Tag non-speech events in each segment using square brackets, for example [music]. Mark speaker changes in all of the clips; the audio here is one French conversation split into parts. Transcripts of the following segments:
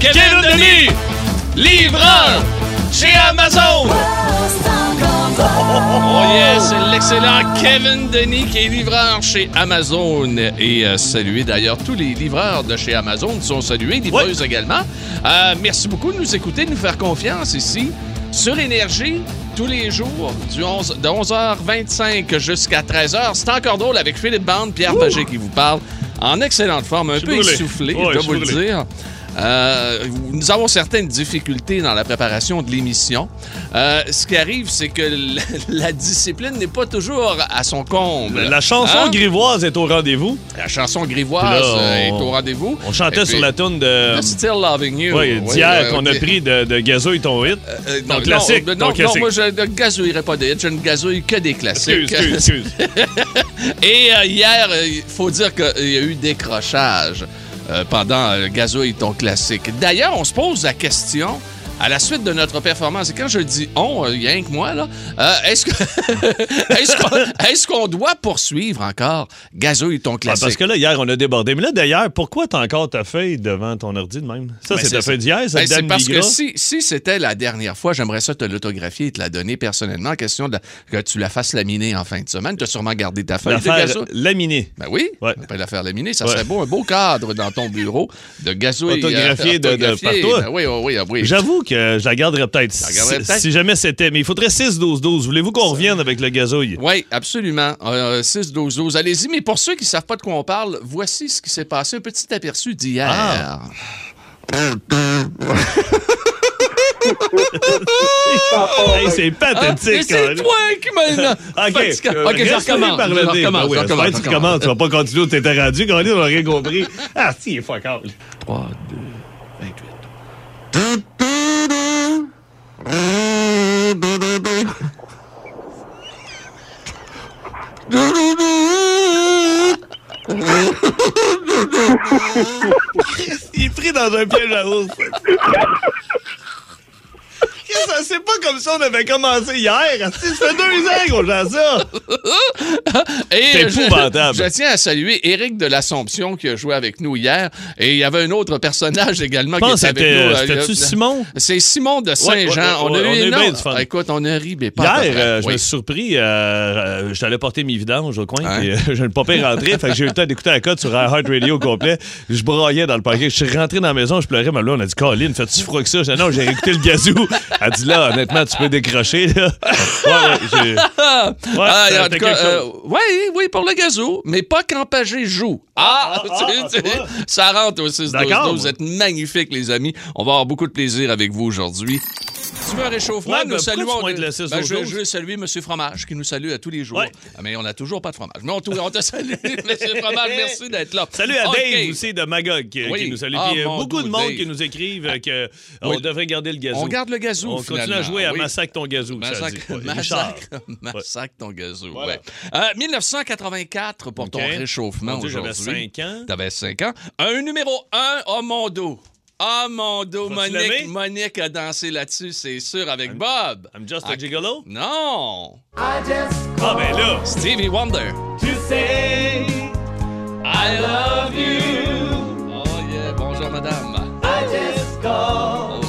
Speaker 1: Kevin, Demi, livreur chez Amazon. Oh yes, c'est l'excellent Kevin Denis qui est livreur chez Amazon et euh, salué d'ailleurs tous les livreurs de chez Amazon sont salués, livreuses également. Euh, merci beaucoup de nous écouter, de nous faire confiance ici sur Énergie tous les jours du 11 de 11h25 jusqu'à 13h. C'est encore drôle avec Philippe Bande, Pierre Pagé qui vous parle en excellente forme, un
Speaker 2: suis
Speaker 1: peu
Speaker 2: brûlé.
Speaker 1: essoufflé,
Speaker 2: Ouais,
Speaker 1: je
Speaker 2: je
Speaker 1: dois
Speaker 2: suis
Speaker 1: vous le
Speaker 2: brûlé.
Speaker 1: dire dire. Euh, nous avons certaines difficultés dans la préparation de l'émission. Euh, ce qui arrive, c'est que l- [laughs] la discipline n'est pas toujours à son comble.
Speaker 2: La chanson
Speaker 1: Hein?
Speaker 2: grivoise est au rendez-vous.
Speaker 1: La chanson grivoise
Speaker 2: Puis là, on-
Speaker 1: euh, est au rendez-vous.
Speaker 2: On chantait
Speaker 1: Et
Speaker 2: sur
Speaker 1: puis,
Speaker 2: la toune de.
Speaker 1: I'm Still Loving You.
Speaker 2: Ouais,
Speaker 1: Ah, Oui,
Speaker 2: d'hier
Speaker 1: euh,
Speaker 2: qu'on a
Speaker 1: puis-
Speaker 2: pris de, de Gazouille ton hit.
Speaker 1: euh,
Speaker 2: ton classique.
Speaker 1: Non,
Speaker 2: ton
Speaker 1: non,
Speaker 2: classique.
Speaker 1: moi, je ne gazouillerai pas des hits, je ne gazouille que des classiques.
Speaker 2: excuse, excuse, excuse.
Speaker 1: [laughs] Et euh, hier, il faut dire qu'il y a eu décrochage euh, pendant euh, Gazouille ton classique. D'ailleurs, on se pose la question à la suite de notre performance. Et quand je dis on, il y a rien que moi, là. euh, est-ce, que [laughs] est-ce, qu'on, est-ce qu'on doit poursuivre encore Gazouille ton
Speaker 2: Ouais,
Speaker 1: classique?
Speaker 2: Ah, parce que là, hier, on a débordé. Mais là, d'ailleurs, pourquoi t'as encore ta feuille devant ton ordi de même? Ça,
Speaker 1: Ben,
Speaker 2: c'est ta
Speaker 1: c'est-
Speaker 2: feuille d'hier,
Speaker 1: Ben,
Speaker 2: ça,
Speaker 1: c'est
Speaker 2: dame
Speaker 1: parce que
Speaker 2: Bigra?
Speaker 1: si, si c'était la dernière fois, j'aimerais ça te l'autographier et te la donner personnellement. Question de la- que tu la fasses laminer en fin de semaine. Tu as sûrement gardé ta feuille de
Speaker 2: L'affaire
Speaker 1: Gazouille.
Speaker 2: laminée.
Speaker 1: Ben oui,
Speaker 2: Ouais.
Speaker 1: on peut la faire laminer. Ça
Speaker 2: Ouais.
Speaker 1: serait beau, un beau cadre dans ton bureau de gazouille.
Speaker 2: Autographié de- de-
Speaker 1: autographié.
Speaker 2: par toi.
Speaker 1: Ben oui, oui, oui. oui.
Speaker 2: J'avoue que je la garderais peut-être.
Speaker 1: la garderais
Speaker 2: Si-
Speaker 1: peut-être?
Speaker 2: Si jamais c'était. Mais il faudrait 6-12-12. Voulez-vous qu'on revienne avec le gazouille?
Speaker 1: Oui, absolument. Euh, 6-12-12. Allez-y. Mais pour ceux qui ne savent pas de quoi on parle, voici ce qui s'est passé. Un petit aperçu d'hier.
Speaker 2: Ah. Hey, c'est
Speaker 1: Ah, mais
Speaker 2: pathétique,
Speaker 1: c'est
Speaker 2: là.
Speaker 1: toi qui
Speaker 2: [laughs]
Speaker 1: m'as...
Speaker 2: OK,
Speaker 1: Fatiguant. OK, je
Speaker 2: Restez
Speaker 1: recommence.
Speaker 2: par le
Speaker 1: je
Speaker 2: nez.
Speaker 1: recommence,
Speaker 2: Ben oui,
Speaker 1: je recommence,
Speaker 2: j'espère que
Speaker 1: je
Speaker 2: tu commences. Tu vas pas continuer où t'étais rendu. Quand on a rien compris. Ah, si, il est fuck out.
Speaker 1: 3, 2, 28.
Speaker 2: Il est pris dans un piège à ours. Qu'est-ce que ça- C'est pas comme ça on avait commencé hier. Asti, Ça fait deux ans qu'on joue ça.
Speaker 1: Et
Speaker 2: C'est
Speaker 1: je-
Speaker 2: épouvantable.
Speaker 1: Je, tiens à saluer Éric de l'Assomption qui a joué avec nous hier. Et il y avait un autre personnage également
Speaker 2: Je pense
Speaker 1: qui
Speaker 2: que
Speaker 1: était avec nous.
Speaker 2: c'était-
Speaker 1: euh,
Speaker 2: c'était-tu
Speaker 1: euh,
Speaker 2: Simon?
Speaker 1: C'est Simon de Saint-Jean.
Speaker 2: ouais,
Speaker 1: on a
Speaker 2: ouais, on a
Speaker 1: eu
Speaker 2: eu
Speaker 1: énorme-
Speaker 2: bien du fun.
Speaker 1: Écoute, on a ri, mais pas à peu
Speaker 2: Hier,
Speaker 1: près.
Speaker 2: euh, je
Speaker 1: Oui.
Speaker 2: me suis surpris. Euh, euh, J'étais allé porter mes vidanges au coin.
Speaker 1: Hein?
Speaker 2: Puis, euh, je ne pas payé rentrer. fait que j'ai eu le temps d'écouter la cote sur Heart Radio au complet. Je braillais dans le parquet. Je suis rentré dans la maison. Je pleurais. Mais là, on a dit Colin, fais-tu froid que ça J'ai dit non, j'ai écouté le gazou. Elle a dit là, honnêtement, tu peux décrocher. Là. Ouais, ouais, j'ai- Ouais,
Speaker 1: [laughs] Ah, en tout
Speaker 2: c'était
Speaker 1: cas,
Speaker 2: quelque
Speaker 1: euh,
Speaker 2: chose.
Speaker 1: oui, oui, pour le gazou, mais pas quand Pagé joue. Ah,
Speaker 2: Ah, ah,
Speaker 1: [laughs] tu-
Speaker 2: ah,
Speaker 1: tu-
Speaker 2: tu vois.
Speaker 1: ça rentre au 6 12
Speaker 2: D'accord.
Speaker 1: Vous êtes magnifiques, les amis. On va avoir beaucoup de plaisir avec vous aujourd'hui. Tu veux un réchauffement?
Speaker 2: Ouais, mais
Speaker 1: nous
Speaker 2: pourquoi tu
Speaker 1: saluons.
Speaker 2: pointes le 6
Speaker 1: Ben, je,
Speaker 2: 12?
Speaker 1: je veux saluer M. Fromage qui nous salue à tous les jours.
Speaker 2: Ouais.
Speaker 1: Ah, Mais on n'a toujours pas de fromage. Mais on, te- on te [laughs] salue, M. Fromage. Merci d'être là.
Speaker 2: Salut à
Speaker 1: OK.
Speaker 2: Dave aussi de Magog qui,
Speaker 1: Oui.
Speaker 2: qui nous salue.
Speaker 1: Ah,
Speaker 2: Puis, euh,
Speaker 1: mon
Speaker 2: beaucoup
Speaker 1: doux
Speaker 2: de monde
Speaker 1: Dave.
Speaker 2: qui nous écrivent euh, que
Speaker 1: Oui.
Speaker 2: on devrait garder le gazou.
Speaker 1: On garde le gazou.
Speaker 2: On continue à
Speaker 1: finalement. Ah
Speaker 2: jouer à
Speaker 1: Oui.
Speaker 2: Massacre ton gazou. ça
Speaker 1: Massacre,
Speaker 2: dit. Ouais, Richard.
Speaker 1: massacre, massacre ton gazou. ouais. Euh, 1984 pour ton
Speaker 2: OK.
Speaker 1: réchauffement
Speaker 2: Mon Dieu, j'avais
Speaker 1: aujourd'hui.
Speaker 2: cinq ans.
Speaker 1: T'avais 5 ans. Un numéro 1, Omondo. Omondo.
Speaker 2: Vas-tu
Speaker 1: Monique,
Speaker 2: l'aimer?
Speaker 1: Monique a dansé là-dessus, c'est sûr, avec Bob.
Speaker 2: I'm just a gigolo.
Speaker 1: Non.
Speaker 2: Ah ben là.
Speaker 1: Stevie Wonder. I love you. Oh yeah, bonjour madame. I just call.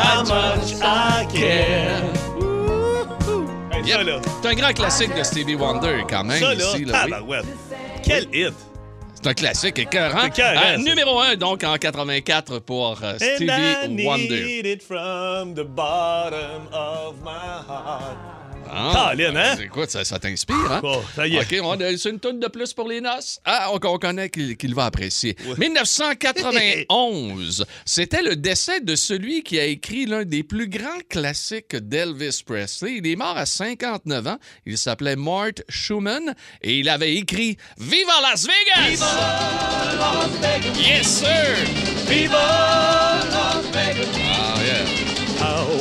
Speaker 2: How much I care. Hey,
Speaker 1: Yep.
Speaker 2: Ça là.
Speaker 1: C'est un grand classique de Stevie Wonder quand même
Speaker 2: Ça
Speaker 1: ici.
Speaker 2: là.
Speaker 1: là, oui.
Speaker 2: tabarouette. Quel hit.
Speaker 1: C'est un classique écœurant.
Speaker 2: C'est écœurant,
Speaker 1: Euh,
Speaker 2: ça.
Speaker 1: numéro 1, donc, en 84 pour euh, Stevie
Speaker 2: And I
Speaker 1: Wonder.
Speaker 2: need it from the bottom of my heart.
Speaker 1: Ah,
Speaker 2: Colin, hein?
Speaker 1: Écoute, ça, ça t'inspire, hein?
Speaker 2: Bon, ça y est.
Speaker 1: OK, on a c'est une tonne de plus pour les noces. Ah, on, on connaît qu'il qu'il va apprécier. 1991, c'était le décès de celui qui a écrit l'un des plus grands classiques d'Elvis Presley. Il est mort à 59 ans. Il s'appelait Mort Schumann et il avait écrit « Viva Las Vegas! Yes, sir! Ah, yeah.
Speaker 3: How I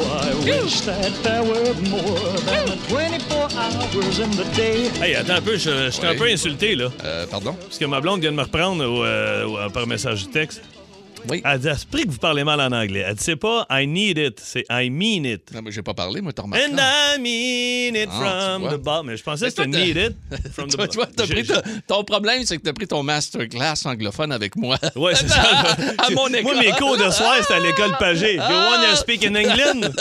Speaker 3: wish that there were more than 24 hours in the day.
Speaker 2: Hey, attends un peu, je, je t'ai
Speaker 1: Ouais.
Speaker 2: un peu insulté là.
Speaker 1: Euh, pardon?
Speaker 2: Parce que ma blonde vient de me reprendre au, euh, au- par message de texte.
Speaker 1: Oui.
Speaker 2: Elle dit, à ce prix que vous parlez mal en anglais. Elle dit, c'est pas I need it, c'est I mean it.
Speaker 1: Non, mais j'ai pas parlé, moi, t'as remarqué.
Speaker 2: And I mean it
Speaker 1: Ah, tu
Speaker 2: from
Speaker 1: vois.
Speaker 2: the bottom. Mais je pensais que
Speaker 1: Mais toi,
Speaker 2: c'était
Speaker 1: t'as-
Speaker 2: need it
Speaker 1: [laughs]
Speaker 2: from the
Speaker 1: Toi,
Speaker 2: bottom.
Speaker 1: toi, t'as
Speaker 2: J'ai-
Speaker 1: pris ton, ton problème, c'est que t'as pris ton masterclass anglophone avec moi.
Speaker 2: [laughs] Ouais, c'est ça.
Speaker 1: [laughs] À, à mon école.
Speaker 2: Moi, mes cours de soir, c'était à l'école Pagé.
Speaker 1: Ah!
Speaker 2: You wanna speak in England?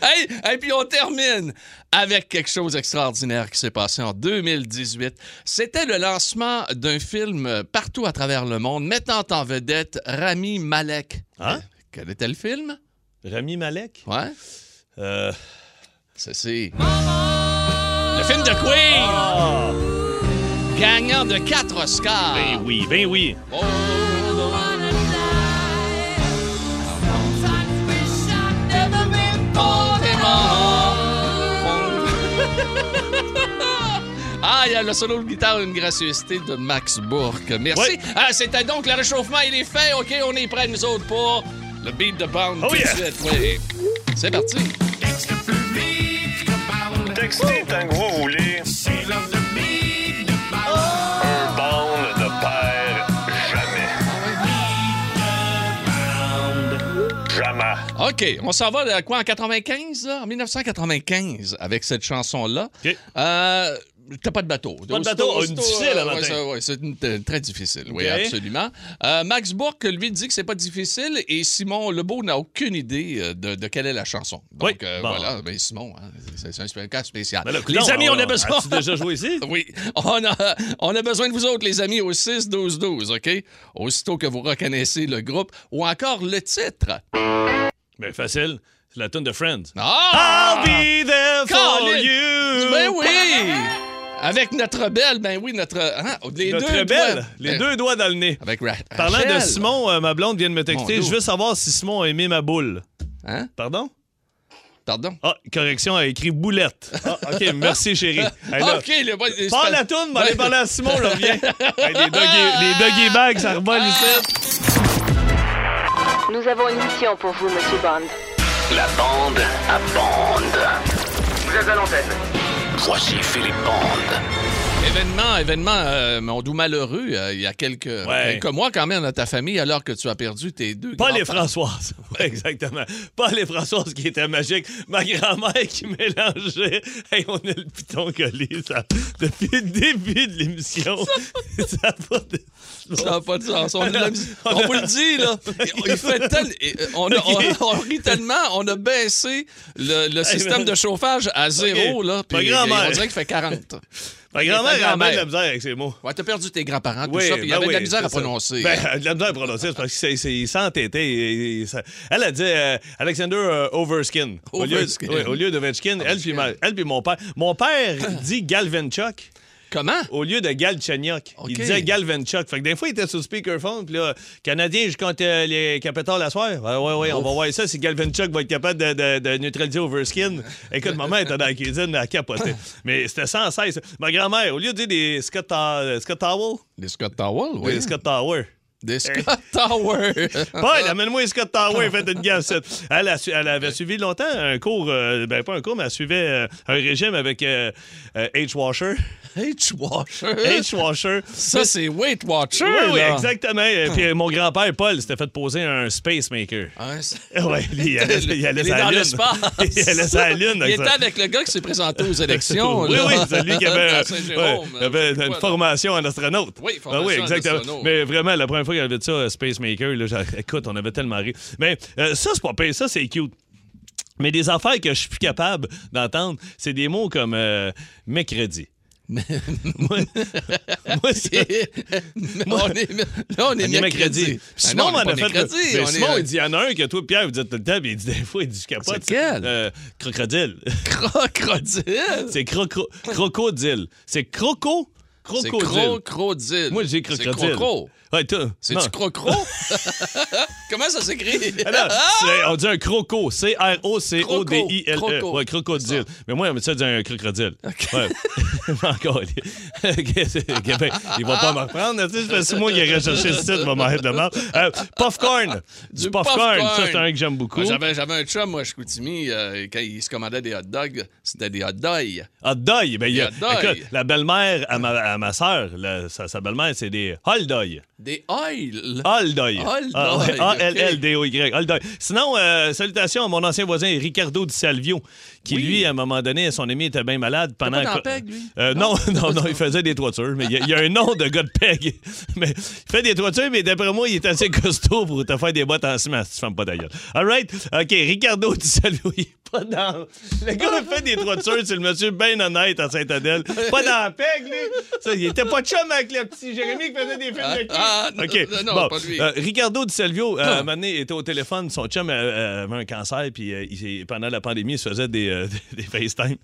Speaker 1: Hey, et puis on termine avec quelque chose d'extraordinaire qui s'est passé en 2018. C'était le lancement d'un film partout à travers le monde mettant en vedette Rami Malek.
Speaker 2: Hein?
Speaker 1: Quel était le film?
Speaker 2: Rami Malek?
Speaker 1: Ouais.
Speaker 2: Euh...
Speaker 1: C'est c'est- Le film de Queen,
Speaker 2: Ah!
Speaker 1: gagnant de quatre Oscars.
Speaker 2: Ben oui, ben oui.
Speaker 1: Oh, Ah, il y a le solo de guitare, une gracieuseté de Max Bourque. Merci.
Speaker 2: Ouais.
Speaker 1: Ah, c'était donc le réchauffement, il est fait. OK, on est prêts, nous autres, pour le beat de bande
Speaker 2: Oh
Speaker 1: tout de
Speaker 2: yeah.
Speaker 1: suite. Oui. C'est parti.
Speaker 4: Texter en gros roulé. C'est l'heure de bide de Un bande ne perd jamais. Jamais.
Speaker 1: OK, on s'en va de quoi en 95, là? En 1995, avec cette chanson-là.
Speaker 2: OK.
Speaker 1: Euh, T'as pas de bateau.
Speaker 2: Pas de bateau. oh,
Speaker 1: Aussitôt-
Speaker 2: Une
Speaker 1: aussitôt,
Speaker 2: difficile,
Speaker 1: euh,
Speaker 2: le matin.
Speaker 1: ouais, ça, ouais, c'est une- t- très difficile, oui,
Speaker 2: OK.
Speaker 1: absolument. Euh, Max Bourque, lui, dit que c'est pas difficile et Simon Lebeau n'a aucune idée euh, de, de quelle est la chanson. Donc,
Speaker 2: Oui,
Speaker 1: euh,
Speaker 2: bon.
Speaker 1: voilà, ben Simon, hein, c'est c'est un spé- cas spécial.
Speaker 2: Ben là,
Speaker 1: Les
Speaker 2: coudonc,
Speaker 1: amis, on a
Speaker 2: alors,
Speaker 1: besoin...
Speaker 2: As-tu déjà joué ici?
Speaker 1: [laughs] Oui, on a, on a besoin de vous autres, les amis, au 6-12-12, OK? Aussitôt que vous reconnaissez le groupe ou encore le titre.
Speaker 2: Ben facile. C'est la tune de Friends.
Speaker 1: Ah!
Speaker 2: I'll be there for
Speaker 1: Colin!
Speaker 2: you.
Speaker 1: Ben oui! Avec notre belle, ben oui, notre. hein, les
Speaker 2: Notre
Speaker 1: deux
Speaker 2: belle,
Speaker 1: doigts.
Speaker 2: les
Speaker 1: Ben,
Speaker 2: deux doigts dans le nez.
Speaker 1: Avec Ra-
Speaker 2: Parlant
Speaker 1: Rachel.
Speaker 2: de Simon, euh, ma blonde vient de me texter.
Speaker 1: Mon
Speaker 2: Je
Speaker 1: Dieu.
Speaker 2: veux savoir si Simon a aimé ma boule.
Speaker 1: Hein?
Speaker 2: Pardon?
Speaker 1: Pardon?
Speaker 2: Ah, correction, elle a écrit boulette. Ah, OK,
Speaker 1: [laughs]
Speaker 2: merci, chérie. Hey, là,
Speaker 1: ok, le bon. c'est
Speaker 2: Parle
Speaker 1: pas- Ben,
Speaker 2: la toune, va aller parler à Simon, là,
Speaker 1: [laughs]
Speaker 2: viens. Hey, des, doggy, des doggy bags, ça revole
Speaker 1: Ah.
Speaker 2: ici.
Speaker 5: Nous avons une mission pour vous, Monsieur Bond.
Speaker 6: La bande à bande. Vous êtes à l'antenne. Voici Philippe Bande.
Speaker 1: Événement, événement, euh, mon doux malheureux, euh, il y a quelques,
Speaker 2: Ouais.
Speaker 1: quelques mois quand même dans ta famille, alors que tu as perdu tes deux.
Speaker 2: Pas
Speaker 1: grands- [laughs]
Speaker 2: les Françoises. [laughs] Ouais, exactement. Pas les Françoises qui étaient magiques. Ma grand-mère qui mélangeait. Hey, on a le piton collé, ça. Depuis le début de
Speaker 1: [laughs]
Speaker 2: l'émission. ça n'a pas de.
Speaker 1: Ça n'a pas de sens. On, a de la mis-
Speaker 2: [laughs] On a-
Speaker 1: on vous le dit,
Speaker 2: [laughs]
Speaker 1: là. Il fait tel- et, euh, on, a- on-
Speaker 2: Ok.
Speaker 1: on rit tellement, on a baissé le, le système de chauffage à zéro,
Speaker 2: Ok.
Speaker 1: là.
Speaker 2: Ma
Speaker 1: Puis,
Speaker 2: grand-mère.
Speaker 1: on dirait qu'il fait 40.
Speaker 2: Ma grand-mère, elle
Speaker 1: Ta
Speaker 2: a bien de
Speaker 1: grand-mère.
Speaker 2: la misère avec ses mots.
Speaker 1: Ouais, t'as perdu tes grands-parents, tout
Speaker 2: Oui,
Speaker 1: ça, puis il y
Speaker 2: ben
Speaker 1: avait de la
Speaker 2: oui,
Speaker 1: misère
Speaker 2: c'est
Speaker 1: à
Speaker 2: ça.
Speaker 1: prononcer.
Speaker 2: Ben, elle a de la misère à prononcer, c'est parce qu'il s'entêtait. il- il s'en- Elle a dit euh, Alexander euh, Overskin. Au lieu,
Speaker 1: Overskin.
Speaker 2: oui, au lieu de Vetchkin, elle puis, ma- elle puis mon père.
Speaker 1: [coughs]
Speaker 2: Mon père dit
Speaker 1: [laughs]
Speaker 2: Galvenchuk
Speaker 1: Comment?
Speaker 2: au lieu de Galchenyuk.
Speaker 1: OK.
Speaker 2: Il disait Galvenchuk. Fait que des fois, il était sur le speakerphone, puis là, Canadien, je compte euh, les capitales la soir. Ben Ouais, ouais, ouais, on va voir ça si Galvenchuk va être capable de, de- de neutraliser Overskin. Écoute, maman était dans la cuisine,
Speaker 1: [laughs]
Speaker 2: elle capotait. Mais c'était sans cesse. Ma grand-mère, au lieu de dire des Scott, Ta- Scott Towel,
Speaker 1: Des Scott Tower, oui. Ah,
Speaker 2: des Scott Tower.
Speaker 1: Des Scott Tower.
Speaker 2: [laughs] Paul, amène-moi Scott
Speaker 1: Ah.
Speaker 2: Tower, faites une gaffe. Elle, a su- elle avait suivi longtemps un cours, euh, ben pas un cours, mais elle suivait euh, un régime avec euh, euh, H. Washer.
Speaker 1: H. Washer.
Speaker 2: H. Washer.
Speaker 1: Ça, c'est Weight Watcher.
Speaker 2: Oui, oui,
Speaker 1: là.
Speaker 2: exactement. Et Puis euh, mon grand-père, Paul, s'était fait poser un Space Maker.
Speaker 1: Hein, c'est-
Speaker 2: Ouais, lui, il allait, il allait
Speaker 1: Il est
Speaker 2: sur la
Speaker 1: dans
Speaker 2: lune.
Speaker 1: l'espace.
Speaker 2: [laughs] Il allait sur la lune.
Speaker 1: Il
Speaker 2: avec
Speaker 1: était
Speaker 2: ça.
Speaker 1: avec le gars qui s'est présenté aux élections.
Speaker 2: Oui,
Speaker 1: là.
Speaker 2: oui, c'est lui qui avait,
Speaker 1: À [laughs]
Speaker 2: euh,
Speaker 1: Saint-Jérôme.
Speaker 2: ouais, il avait une
Speaker 1: Quoi, [laughs]
Speaker 2: formation en astronaute. Ah
Speaker 1: Oui, formation en astronaute.
Speaker 2: Mais vraiment, la première fois qu'il avait dit ça, euh, Space Maker, là, j'ai- écoute, on avait tellement ri. Mais euh, ça, c'est pas pire, ça, c'est cute. Mais des affaires que je suis plus capable d'entendre, c'est des mots comme euh,
Speaker 1: [laughs]
Speaker 2: mercredi. moi, moi, ça-
Speaker 1: on est, là,
Speaker 2: [laughs]
Speaker 1: on est,
Speaker 2: on est mercredi. Puis
Speaker 1: Ah
Speaker 2: Simon
Speaker 1: non,
Speaker 2: m'en
Speaker 1: on est
Speaker 2: a
Speaker 1: pas
Speaker 2: fait.
Speaker 1: mercredi,
Speaker 2: mais
Speaker 1: on est,
Speaker 2: Simon,
Speaker 1: euh,
Speaker 2: il dit il y en a un que toi, Pierre, vous dites tout le temps, puis il dit des fois, il dit je capote.
Speaker 1: C'est lequel?
Speaker 2: Euh, crocodile.
Speaker 1: [laughs] crocodile.
Speaker 2: C'est croco- crocodile. C'est croco.
Speaker 1: C'est
Speaker 2: Crocodile.
Speaker 1: crocodile.
Speaker 2: Moi, j'ai crocodile.
Speaker 1: C'est crocro.
Speaker 2: Ouais, toi. non.
Speaker 1: C'est-tu crocro? Comment ça s'écrit?
Speaker 2: Ah non, c'est- on dit un croco. C-R-O-C-O-D-I-L-E.
Speaker 1: Croco.
Speaker 2: E. Ouais, crocodile. Mais moi, on me dit ça, dit un crocodile. Ouais. [laughs] Encore. [laughs] Québec, ben, il va pas me reprendre. Tu sais, ça fait six mois qu'il a recherché le site, il va m'arrêter de mort. Euh, popcorn. Du,
Speaker 1: Du
Speaker 2: popcorn.
Speaker 1: popcorn.
Speaker 2: Ça, c'est un que j'aime beaucoup.
Speaker 1: Moi, J'avais, j'avais un chum, moi, à Chicoutimi, euh, quand il se commandait des hot dogs, c'était des hot dogs.
Speaker 2: Hot dog. Ben, il y a-
Speaker 1: Hot dog.
Speaker 2: écoute, la belle-mère à ma, à ma, ma soeur, sa, sa belle-mère, c'est des Holdoy.
Speaker 1: Des oils.
Speaker 2: Holdoy.
Speaker 1: Holdoy,
Speaker 2: Ah ouais,
Speaker 1: ok.
Speaker 2: A-L-L-D-O-Y. Holdoy. Sinon, euh, salutations à mon ancien voisin Ricardo Di Salvio, qui,
Speaker 1: Oui.
Speaker 2: lui, à un moment donné, son ami était bien malade pendant.
Speaker 1: pas dans
Speaker 2: que-
Speaker 1: Peg, lui?
Speaker 2: Euh, non, [laughs] non, non, il faisait des toitures, mais il y a- il y, a un nom de gars de Peg. [laughs] Mais il fait des toitures, mais d'après moi, il est assez costaud pour te faire des bottes en ciment, si tu fermes pas ta gueule. All right? OK, Ricardo Di Salvio, il est pas dans. Le gars qui fait des toitures, c'est le monsieur bien honnête à Saint-Adèle. Pas dans la Peg, lui. Ça, il était pas de chum avec le petit Jérémy qui faisait des films de cul.
Speaker 1: Ah, non,
Speaker 2: OK.
Speaker 1: [laughs] non, non,
Speaker 2: Bon,
Speaker 1: pas lui. Ah.
Speaker 2: euh, Ricardo Di Salvio, euh, un moment donné, était au téléphone. Son chum euh, euh, avait un cancer, puis euh, il- pendant la pandémie, il se faisait des, euh, [laughs] des FaceTime.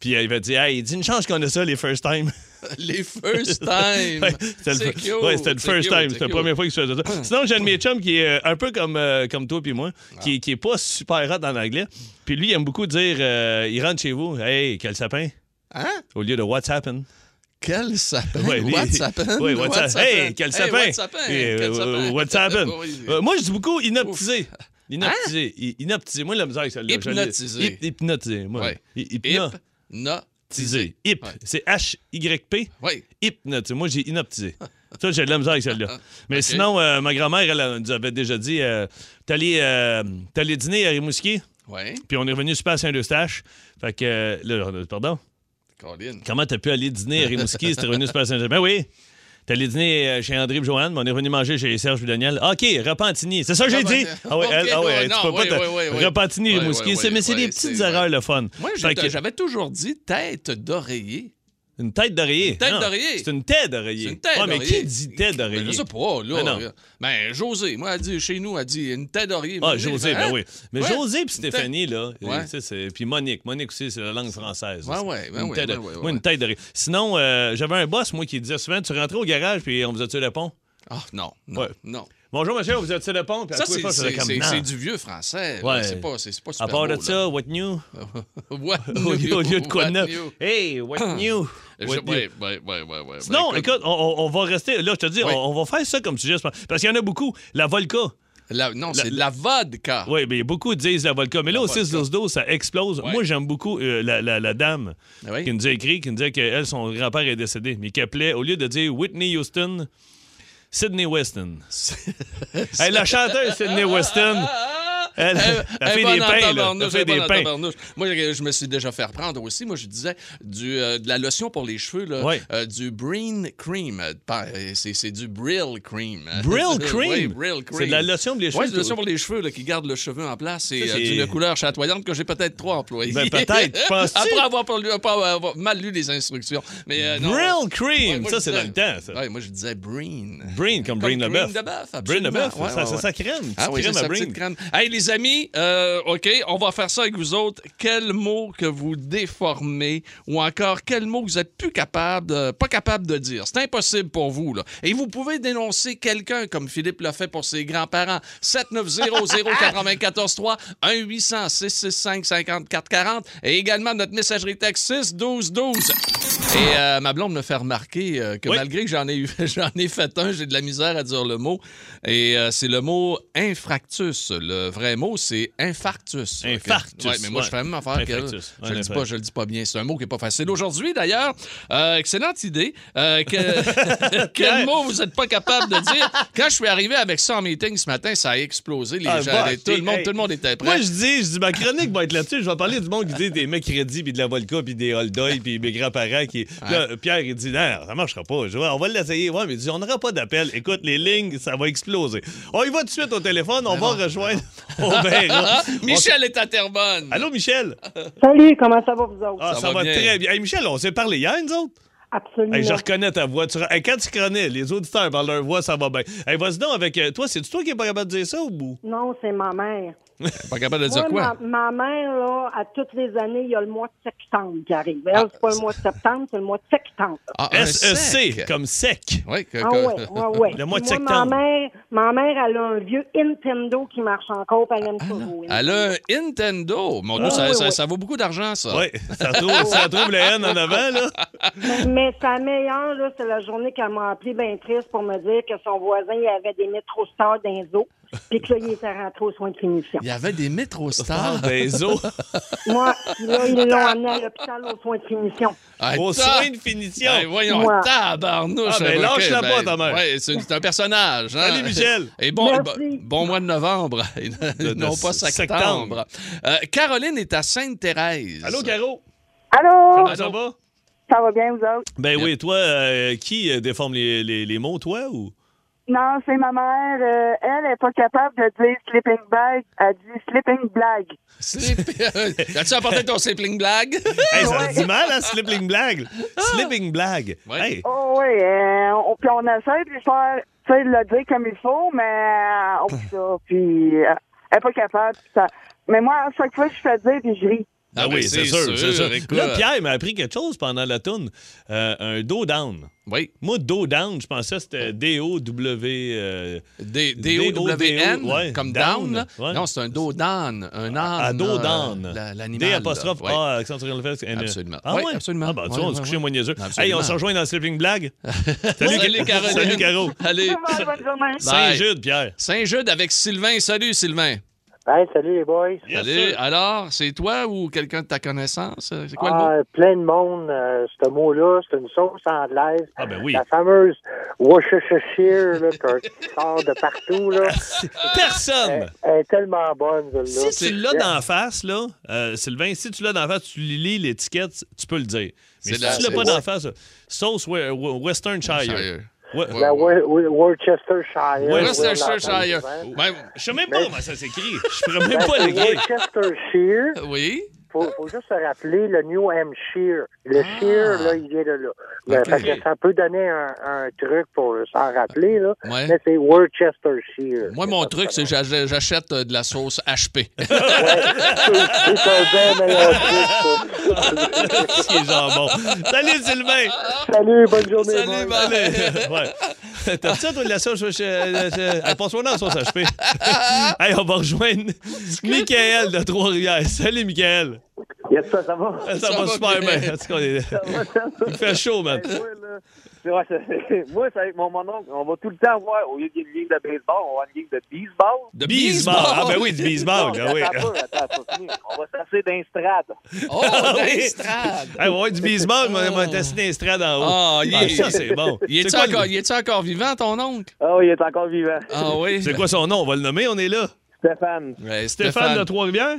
Speaker 2: Puis euh, il va dire Hey, il dit une chance qu'on a ça, les first time.
Speaker 1: Les first time.
Speaker 2: Ouais, c'était le,
Speaker 1: [laughs] C'est
Speaker 2: fir-
Speaker 1: cute.
Speaker 2: ouais, c'était le
Speaker 1: c'est
Speaker 2: first
Speaker 1: cute, c'est
Speaker 2: time. C'était la
Speaker 1: cute. Ah.
Speaker 2: première fois qu'il se faisait ça. Sinon, j'ai un de mes chums qui est euh, un peu comme, euh, comme toi puis moi, qui, qui est pas super hot en anglais. Puis lui, il aime beaucoup dire euh, Il rentre chez vous, Hey, quel sapin
Speaker 1: Hein?
Speaker 2: Au lieu de What's happened.
Speaker 1: Quel sapin?
Speaker 2: Ouais, lui-
Speaker 1: What's happened?
Speaker 2: Ouais, what's hap- Hey, quel sapin?
Speaker 1: Hey, what's happened?
Speaker 2: Eh,
Speaker 1: Quel
Speaker 2: euh,
Speaker 1: sapin?
Speaker 2: what's happened?
Speaker 1: Oui. Hein?
Speaker 2: Euh, moi, je dis beaucoup inoptisé. Inoptisé. I- Inoptisé. Moi, la misère avec celle-là. je l'ai-
Speaker 1: Hypnotisé.
Speaker 2: Hyp- hypnotisé. Moi.
Speaker 1: Ouais.
Speaker 2: Hy- hypno-
Speaker 1: Hypnotisé.
Speaker 2: Hyp.
Speaker 1: Ouais.
Speaker 2: C'est H-Y-P.
Speaker 1: Oui.
Speaker 2: Hypnotisé. Moi, j'ai inoptisé. Ça, j'ai de la misère avec celle-là. Mais
Speaker 1: Ah, Ok.
Speaker 2: sinon, euh, ma grand-mère, elle, elle nous avait déjà dit euh, T'es allé, euh, t'es allé dîner à Rimouski,
Speaker 1: Oui.
Speaker 2: puis on est revenu super à Saint-Eustache. Fait que. euh, là, pardon.
Speaker 1: Colin.
Speaker 2: Comment t'as pu aller dîner à Rimouski si t'es revenu super Saint-Germain? Ben oui. T'es allé dîner euh, chez André et Joanne, mais on est revenu manger chez Serge et Daniel. Ah, OK, Repentini. C'est ça que j'ai dit.
Speaker 1: Repentini.
Speaker 2: Ah oui, elle, ah ouais,
Speaker 1: Ok,
Speaker 2: tu
Speaker 1: non,
Speaker 2: peux
Speaker 1: oui,
Speaker 2: pas te-
Speaker 1: oui, oui, oui.
Speaker 2: Repentini,
Speaker 1: Oui,
Speaker 2: Rimouski.
Speaker 1: oui,
Speaker 2: c'est,
Speaker 1: oui,
Speaker 2: mais c'est
Speaker 1: oui,
Speaker 2: des petites
Speaker 1: c'est-
Speaker 2: erreurs, le fun.
Speaker 1: Moi,
Speaker 2: Fait que-
Speaker 1: j'étais- j'avais toujours dit tête d'oreiller.
Speaker 2: Une tête d'oreiller.
Speaker 1: Une tête
Speaker 2: Non,
Speaker 1: d'oreiller.
Speaker 2: C'est une tête d'oreiller.
Speaker 1: C'est une tête
Speaker 2: Ouais, Ah, mais
Speaker 1: d'oreiller.
Speaker 2: qui dit tête d'oreiller?
Speaker 1: Ben, je sais pas, là.
Speaker 2: Ben
Speaker 1: Ben,
Speaker 2: non.
Speaker 1: José, moi, elle dit, chez nous, elle dit une tête d'oreiller.
Speaker 2: Ah,
Speaker 1: Moi, j'ai
Speaker 2: José,
Speaker 1: fait,
Speaker 2: ben
Speaker 1: hein?
Speaker 2: oui. Mais
Speaker 1: Ouais.
Speaker 2: José puis
Speaker 1: Une tête-
Speaker 2: Stéphanie, là.
Speaker 1: Ouais.
Speaker 2: euh, ça, c'est- Puis Monique. Monique aussi, c'est la langue française.
Speaker 1: Ouais,
Speaker 2: là.
Speaker 1: ouais, ben
Speaker 2: Une
Speaker 1: oui,
Speaker 2: tête
Speaker 1: ouais,
Speaker 2: d'oreille.
Speaker 1: ouais,
Speaker 2: Moi, une
Speaker 1: ouais.
Speaker 2: tête d'oreiller. Sinon, euh, j'avais un boss, moi, qui disait souvent, tu rentrais au garage, puis on faisait-tu le pont?
Speaker 1: Ah, non, non,
Speaker 2: Ouais.
Speaker 1: non.
Speaker 2: Bonjour, monsieur, vous êtes-tu le pont? Puis à
Speaker 1: Ça,
Speaker 2: tous les
Speaker 1: c'est
Speaker 2: fois, je faisais
Speaker 1: c'est-
Speaker 2: comme,
Speaker 1: c'est-
Speaker 2: non.
Speaker 1: c'est du vieux français. là.
Speaker 2: Ouais.
Speaker 1: C'est pas, c'est c'est pas super
Speaker 2: À part de
Speaker 1: beau,
Speaker 2: ça,
Speaker 1: là. [laughs]
Speaker 2: what new?
Speaker 1: What
Speaker 2: [laughs] Au lieu, au lieu de quoi de
Speaker 1: what
Speaker 2: neuf?
Speaker 1: new? Hum.
Speaker 2: Hey, what new?
Speaker 1: Je-
Speaker 2: What new?
Speaker 1: ouais, ouais, ouais, ouais, ouais.
Speaker 2: Sinon,
Speaker 1: Ben,
Speaker 2: écoute, on, on- on va rester. Là, je te dis,
Speaker 1: Ouais.
Speaker 2: on, on va faire ça comme sujet. je pense. Parce qu'il y en a beaucoup. La Volca.
Speaker 1: la- non,
Speaker 2: la-
Speaker 1: c'est de la vodka.
Speaker 2: Oui, mais beaucoup disent la Volca. Mais là,
Speaker 1: La
Speaker 2: au
Speaker 1: Volca.
Speaker 2: 6-12-12, ça explose.
Speaker 1: Ouais.
Speaker 2: Moi, j'aime beaucoup euh, la, la- la dame
Speaker 1: Ah oui?
Speaker 2: qui nous a écrit, qui nous disait qu'elle, son grand-père est décédé. Mais qu'elle appelait, au lieu de dire Whitney Houston, Sydney Weston.
Speaker 1: [laughs]
Speaker 2: Hey, la chanteuse Sydney Weston.
Speaker 1: Ah!
Speaker 2: Elle,
Speaker 1: Elle,
Speaker 2: elle
Speaker 1: elle
Speaker 2: fait
Speaker 1: est bonne
Speaker 2: des
Speaker 1: en
Speaker 2: pains. là.
Speaker 1: tabarnouche,
Speaker 2: Elle fait
Speaker 1: elle est
Speaker 2: des
Speaker 1: bonne en
Speaker 2: pains.
Speaker 1: tabarnouche. Moi, je, je me suis déjà fait reprendre aussi. Moi, je disais du, euh, de la lotion pour les cheveux, là,
Speaker 2: Ouais.
Speaker 1: euh, du Breen Cream. Euh, pas- euh, C'est c'est du Brill Cream. [laughs]
Speaker 2: Brill
Speaker 1: Oui,
Speaker 2: cream?
Speaker 1: Brill Cream.
Speaker 2: C'est de la lotion pour les cheveux.
Speaker 1: Oui, de la lotion pour les cheveux là, qui garde le cheveu en place.
Speaker 2: Ça,
Speaker 1: et
Speaker 2: c'est-
Speaker 1: euh, d'une couleur chatoyante que j'ai peut-être trois employés.
Speaker 2: Ben,
Speaker 1: [laughs]
Speaker 2: peut-être. Penses-tu?
Speaker 1: Après avoir, pas lu- pas avoir mal lu les instructions. Mais, euh, non.
Speaker 2: Brill cream!
Speaker 1: Ouais, moi,
Speaker 2: Ça,
Speaker 1: je
Speaker 2: c'est
Speaker 1: disais-
Speaker 2: dans le temps, ça.
Speaker 1: Ouais, moi, je disais Breen.
Speaker 2: Breen, comme Breen
Speaker 1: Breen
Speaker 2: Leboeuf.
Speaker 1: Leboeuf,
Speaker 2: Breen
Speaker 1: absolument.
Speaker 2: Leboeuf,
Speaker 1: Ouais,
Speaker 2: ça,
Speaker 1: ouais,
Speaker 2: ça,
Speaker 1: ouais.
Speaker 2: ça crème.
Speaker 1: Ah
Speaker 2: Petite
Speaker 1: oui,
Speaker 2: crème
Speaker 1: c'est
Speaker 2: à
Speaker 1: sa
Speaker 2: Breen.
Speaker 1: petite crème. Hey, les amis, euh, OK, on va faire ça avec vous autres. Quel mot que vous déformez ou encore quel mot que vous êtes plus capable, de- pas capable de dire. C'est impossible pour vous, là. Et vous pouvez dénoncer quelqu'un comme Philippe l'a fait pour ses grands-parents. 790-0943, 1-800-665-5440 et également notre messagerie texte 61212. Et euh, ma blonde me fait remarquer euh, que
Speaker 2: Oui.
Speaker 1: malgré que j'en ai, eu- [laughs] j'en ai fait un, j'ai de la misère à dire le mot. Et euh, c'est le mot infractus. Le vrai mot, c'est infarctus. Ok.
Speaker 2: Infarctus,
Speaker 1: Ouais, mais moi, je
Speaker 2: ouais.
Speaker 1: fais la même affaire que.
Speaker 2: Infarctus,
Speaker 1: Je le dis
Speaker 2: en
Speaker 1: pas,
Speaker 2: effet.
Speaker 1: je le dis pas bien. C'est un mot qui est pas facile. Aujourd'hui, d'ailleurs, euh, excellente idée. euh, que-
Speaker 2: [laughs]
Speaker 1: [laughs] quel mot vous êtes pas capable de dire? Quand je suis arrivé avec ça en meeting ce matin, ça a explosé. Les
Speaker 2: Ah,
Speaker 1: gens,
Speaker 2: vache,
Speaker 1: les- tout, le monde,
Speaker 2: hey.
Speaker 1: tout le monde était prêt.
Speaker 2: Moi, je dis, je dis, ma chronique va être là-dessus. Je vais parler du monde qui dit des mecs crédits, puis de la vodka, puis des holdoy, puis mes grands-parents
Speaker 1: [laughs]
Speaker 2: qui. Puis là, Pierre, il dit, non, ça marchera pas. Je dis, Ouais, on va l'essayer. Ouais, mais il dit, on n'aura pas d'appel. Écoute, les lignes, ça va exploser. On y va tout de suite au téléphone, on
Speaker 1: [laughs]
Speaker 2: va rejoindre. ben, On verra.
Speaker 1: Michel est à Terrebonne.
Speaker 2: On- Allô, Michel?
Speaker 7: Salut, comment ça va vous autres?
Speaker 2: Ah, ça,
Speaker 1: Ça
Speaker 2: va,
Speaker 1: va bien.
Speaker 2: très bien. Hey, Michel, on s'est parlé hier, nous autres?
Speaker 7: Absolument.
Speaker 2: Hey, je reconnais ta voix. Tu... hey, quand tu connais, les auditeurs par leur voix, ça va bien. Hey, vas-y donc avec euh, toi. C'est-tu toi qui es pas capable de dire ça ou.
Speaker 7: Non, c'est ma mère.
Speaker 1: Pas capable de dire
Speaker 7: Moi,
Speaker 1: quoi?
Speaker 7: ma, ma mère, là, à toutes les années, il y a le mois de septembre qui arrive.
Speaker 2: Ah,
Speaker 7: Elle, c'est pas le mois de septembre, c'est le mois de septembre.
Speaker 1: Ah, un
Speaker 2: S-E-C,
Speaker 1: sec.
Speaker 2: E comme sec.
Speaker 1: Oui, que-
Speaker 7: Ah
Speaker 1: que-
Speaker 7: ouais,
Speaker 1: [laughs]
Speaker 7: ouais, ouais.
Speaker 2: Le mois de
Speaker 7: Puis moi,
Speaker 2: septembre.
Speaker 7: Ma mère, ma mère, elle a un vieux Nintendo qui marche encore, puis elle aime
Speaker 2: Ah,
Speaker 7: toujours.
Speaker 1: Elle a un Nintendo. Mon Dieu, ça,
Speaker 7: Ah, oui,
Speaker 1: ça-
Speaker 7: oui.
Speaker 1: ça vaut beaucoup d'argent, ça.
Speaker 2: Oui, ça trouve, ça trouve le N en avant, là.
Speaker 1: Ah.
Speaker 7: Mais, mais sa meilleure, là, c'est la journée qu'elle m'a appelé bien triste pour me dire que son voisin, il avait des métrostars dans les os. Puis que là, il était rentré aux soins de
Speaker 2: [laughs]
Speaker 7: finition.
Speaker 1: Il y avait des métro
Speaker 2: Ah,
Speaker 1: stars. [laughs]
Speaker 2: Des os.
Speaker 7: Moi, puis là, ils l'ont amené à l'hôpital aux soins de finition.
Speaker 2: Au soin de finition.
Speaker 1: Ben voyons,
Speaker 7: Ouais.
Speaker 1: tabarnouche.
Speaker 2: Ah, ben,
Speaker 1: ok,
Speaker 2: lâche-la
Speaker 1: ben,
Speaker 2: pas, ta mère.
Speaker 1: Ouais, c'est c'est un personnage. hein.
Speaker 2: Salut, Michel.
Speaker 1: [laughs] Et bon,
Speaker 7: Merci.
Speaker 1: bon, bon mois de novembre. [laughs] non
Speaker 2: de
Speaker 1: pas
Speaker 2: s-
Speaker 1: septembre. Euh, Caroline est à Sainte-Thérèse.
Speaker 2: Allô, Caro?
Speaker 8: Allô?
Speaker 2: Comment ça va?
Speaker 8: Ça va bien, vous autres?
Speaker 2: Ben oui, toi, euh, qui euh, déforme les, les, les mots, toi ou?
Speaker 8: Non, c'est ma mère. euh, elle n'est pas capable de dire sleeping bag. Elle dit sleeping blague.
Speaker 1: Sleep- [laughs] As-tu apporté ton sleeping blague?
Speaker 2: Hey, ça se dit mal, hein, Slipping Blague?
Speaker 8: Ah.
Speaker 2: Slipping Blague.
Speaker 1: Ouais. Ah
Speaker 2: Hey,
Speaker 8: Oh oui, euh, on, puis on essaie de lui faire, tu sais, de le dire comme il faut, mais euh, oh, ça, puis euh, elle n'est pas capable. puis ça. Mais moi, à chaque fois, je fais dire, puis je ris.
Speaker 1: Ah, ben, écoute.
Speaker 2: Là, Pierre m'a appris quelque chose pendant la tourne. Euh, un dos down.
Speaker 1: Oui.
Speaker 2: Moi, dos down, je pensais que c'était D-O-W. euh,
Speaker 1: D- D-O-W-N,
Speaker 2: D-O, ouais,
Speaker 1: comme down.
Speaker 2: down,
Speaker 1: là.
Speaker 2: ouais.
Speaker 1: Non, c'est un dos d'âne. Un âne.
Speaker 2: à
Speaker 1: euh,
Speaker 2: dos down.
Speaker 1: la- L'animal.
Speaker 2: D apostrophe
Speaker 1: là. Ouais.
Speaker 2: A, accent sur le fait, N.
Speaker 1: Absolument.
Speaker 2: Ah
Speaker 1: Oui,
Speaker 2: ouais?
Speaker 1: absolument.
Speaker 2: Ah, ben, tu
Speaker 1: Ouais,
Speaker 2: vois, on
Speaker 1: ouais,
Speaker 2: se couchait
Speaker 1: ouais.
Speaker 2: moins niaiseux. Hey,
Speaker 1: Absolument.
Speaker 2: on se rejoint dans
Speaker 1: [laughs]
Speaker 2: Slipping Blague.
Speaker 1: Salut,
Speaker 2: Ca-
Speaker 1: Caroline.
Speaker 2: Salut, Caro.
Speaker 1: Allez.
Speaker 8: Bonne journée.
Speaker 1: Bye.
Speaker 2: Saint-Jude, Pierre.
Speaker 1: Saint-Jude avec Sylvain. Salut, Sylvain.
Speaker 9: Hey, salut les boys.
Speaker 2: Yes,
Speaker 1: Salut.
Speaker 2: sir.
Speaker 1: Alors, c'est toi ou quelqu'un de ta connaissance? C'est quoi le mot?
Speaker 9: Ah, plein de monde, euh, ce mot-là, c'est une sauce anglaise.
Speaker 2: Ah, ben oui.
Speaker 9: La fameuse Worcestershire, là, que- qui sort de partout,
Speaker 2: [laughs]
Speaker 9: là.
Speaker 1: Euh,
Speaker 2: Personne.
Speaker 9: Elle, elle est tellement bonne, celle-là.
Speaker 2: Si tu l'as dans la face, là, euh, Sylvain, si tu l'as dans la face, tu lis l'étiquette, tu peux le dire.
Speaker 1: C'est
Speaker 2: Mais si
Speaker 1: la-
Speaker 2: tu l'as
Speaker 1: c'est-
Speaker 2: pas dans la face, là, sauce we- we- Western Shire.
Speaker 1: Shire.
Speaker 2: Ouais.
Speaker 1: Ouais,
Speaker 9: La
Speaker 1: ouais.
Speaker 9: Ben, Wor- Wor- Worcestershire. oui, on l'entend
Speaker 1: Worcestershire.
Speaker 9: souvent.
Speaker 1: Ouais,
Speaker 2: Je sais même pas comment ça s'écrit. Je ferais même
Speaker 9: Ben,
Speaker 2: pas
Speaker 9: c'est
Speaker 2: l'écrire.
Speaker 9: Worcestershire,
Speaker 1: Oui.
Speaker 9: faut, faut juste se rappeler le New Hampshire. Le Shire, là, il vient de là. Ben,
Speaker 1: Ah. Ok.
Speaker 9: fait que ça peut donner un, un truc pour s'en rappeler, là.
Speaker 1: Ouais.
Speaker 9: Mais c'est Worcestershire.
Speaker 1: Moi, mon truc, c'est que j'a- j'achète euh, de la sauce
Speaker 2: [laughs]
Speaker 1: HP.
Speaker 9: C'est c'est un bon meilleur truc, ça.
Speaker 2: [laughs] C'est jambon. Salut, Sylvain.
Speaker 9: Salut, bonne journée.
Speaker 1: Salut,
Speaker 9: boys.
Speaker 1: Marc.
Speaker 2: Ouais. [laughs] T'as ça, toi, de la sauce? euh, je- je- je- Hey, Passe-moi dans la sauce HP. hey, on va rejoindre Michael de Trois-Rivières. Salut, Michael.
Speaker 9: Yes, ça, ça va? [laughs]
Speaker 2: Ça,
Speaker 1: Ça
Speaker 2: va,
Speaker 1: va
Speaker 2: super
Speaker 1: bien.
Speaker 2: bien. En tout cas, on est- Il fait chaud, man.
Speaker 9: Moi, là, c'est vrai, c'est- moi, c'est avec mon, mon oncle, on va tout le temps voir, au lieu d'une game de baseball, on va une game de baseball.
Speaker 1: De
Speaker 2: Bisbal. Ah, ben oui, de
Speaker 9: Non,
Speaker 2: Bisbal. Ah,
Speaker 9: [laughs]
Speaker 2: oui.
Speaker 9: attends un peu, attends, pas fini. On va se passer d'un strade.
Speaker 1: [laughs] Oh,
Speaker 2: Ah,
Speaker 1: d'estrade.
Speaker 2: Hey, on va avoir du Bismarck, mais on va dessiner un strade en haut.
Speaker 1: Ah, il est-
Speaker 2: ça, c'est bon.
Speaker 1: Il
Speaker 2: C'est
Speaker 1: est-tu
Speaker 2: quoi le-
Speaker 1: encore, il est-tu encore vivant, ton oncle?
Speaker 9: Ah oui, il est encore vivant.
Speaker 1: Ah oui.
Speaker 2: C'est quoi son nom? On va le nommer, on est là.
Speaker 9: Stéphane.
Speaker 1: Ouais,
Speaker 2: Stéphane, de Trois-Rivières?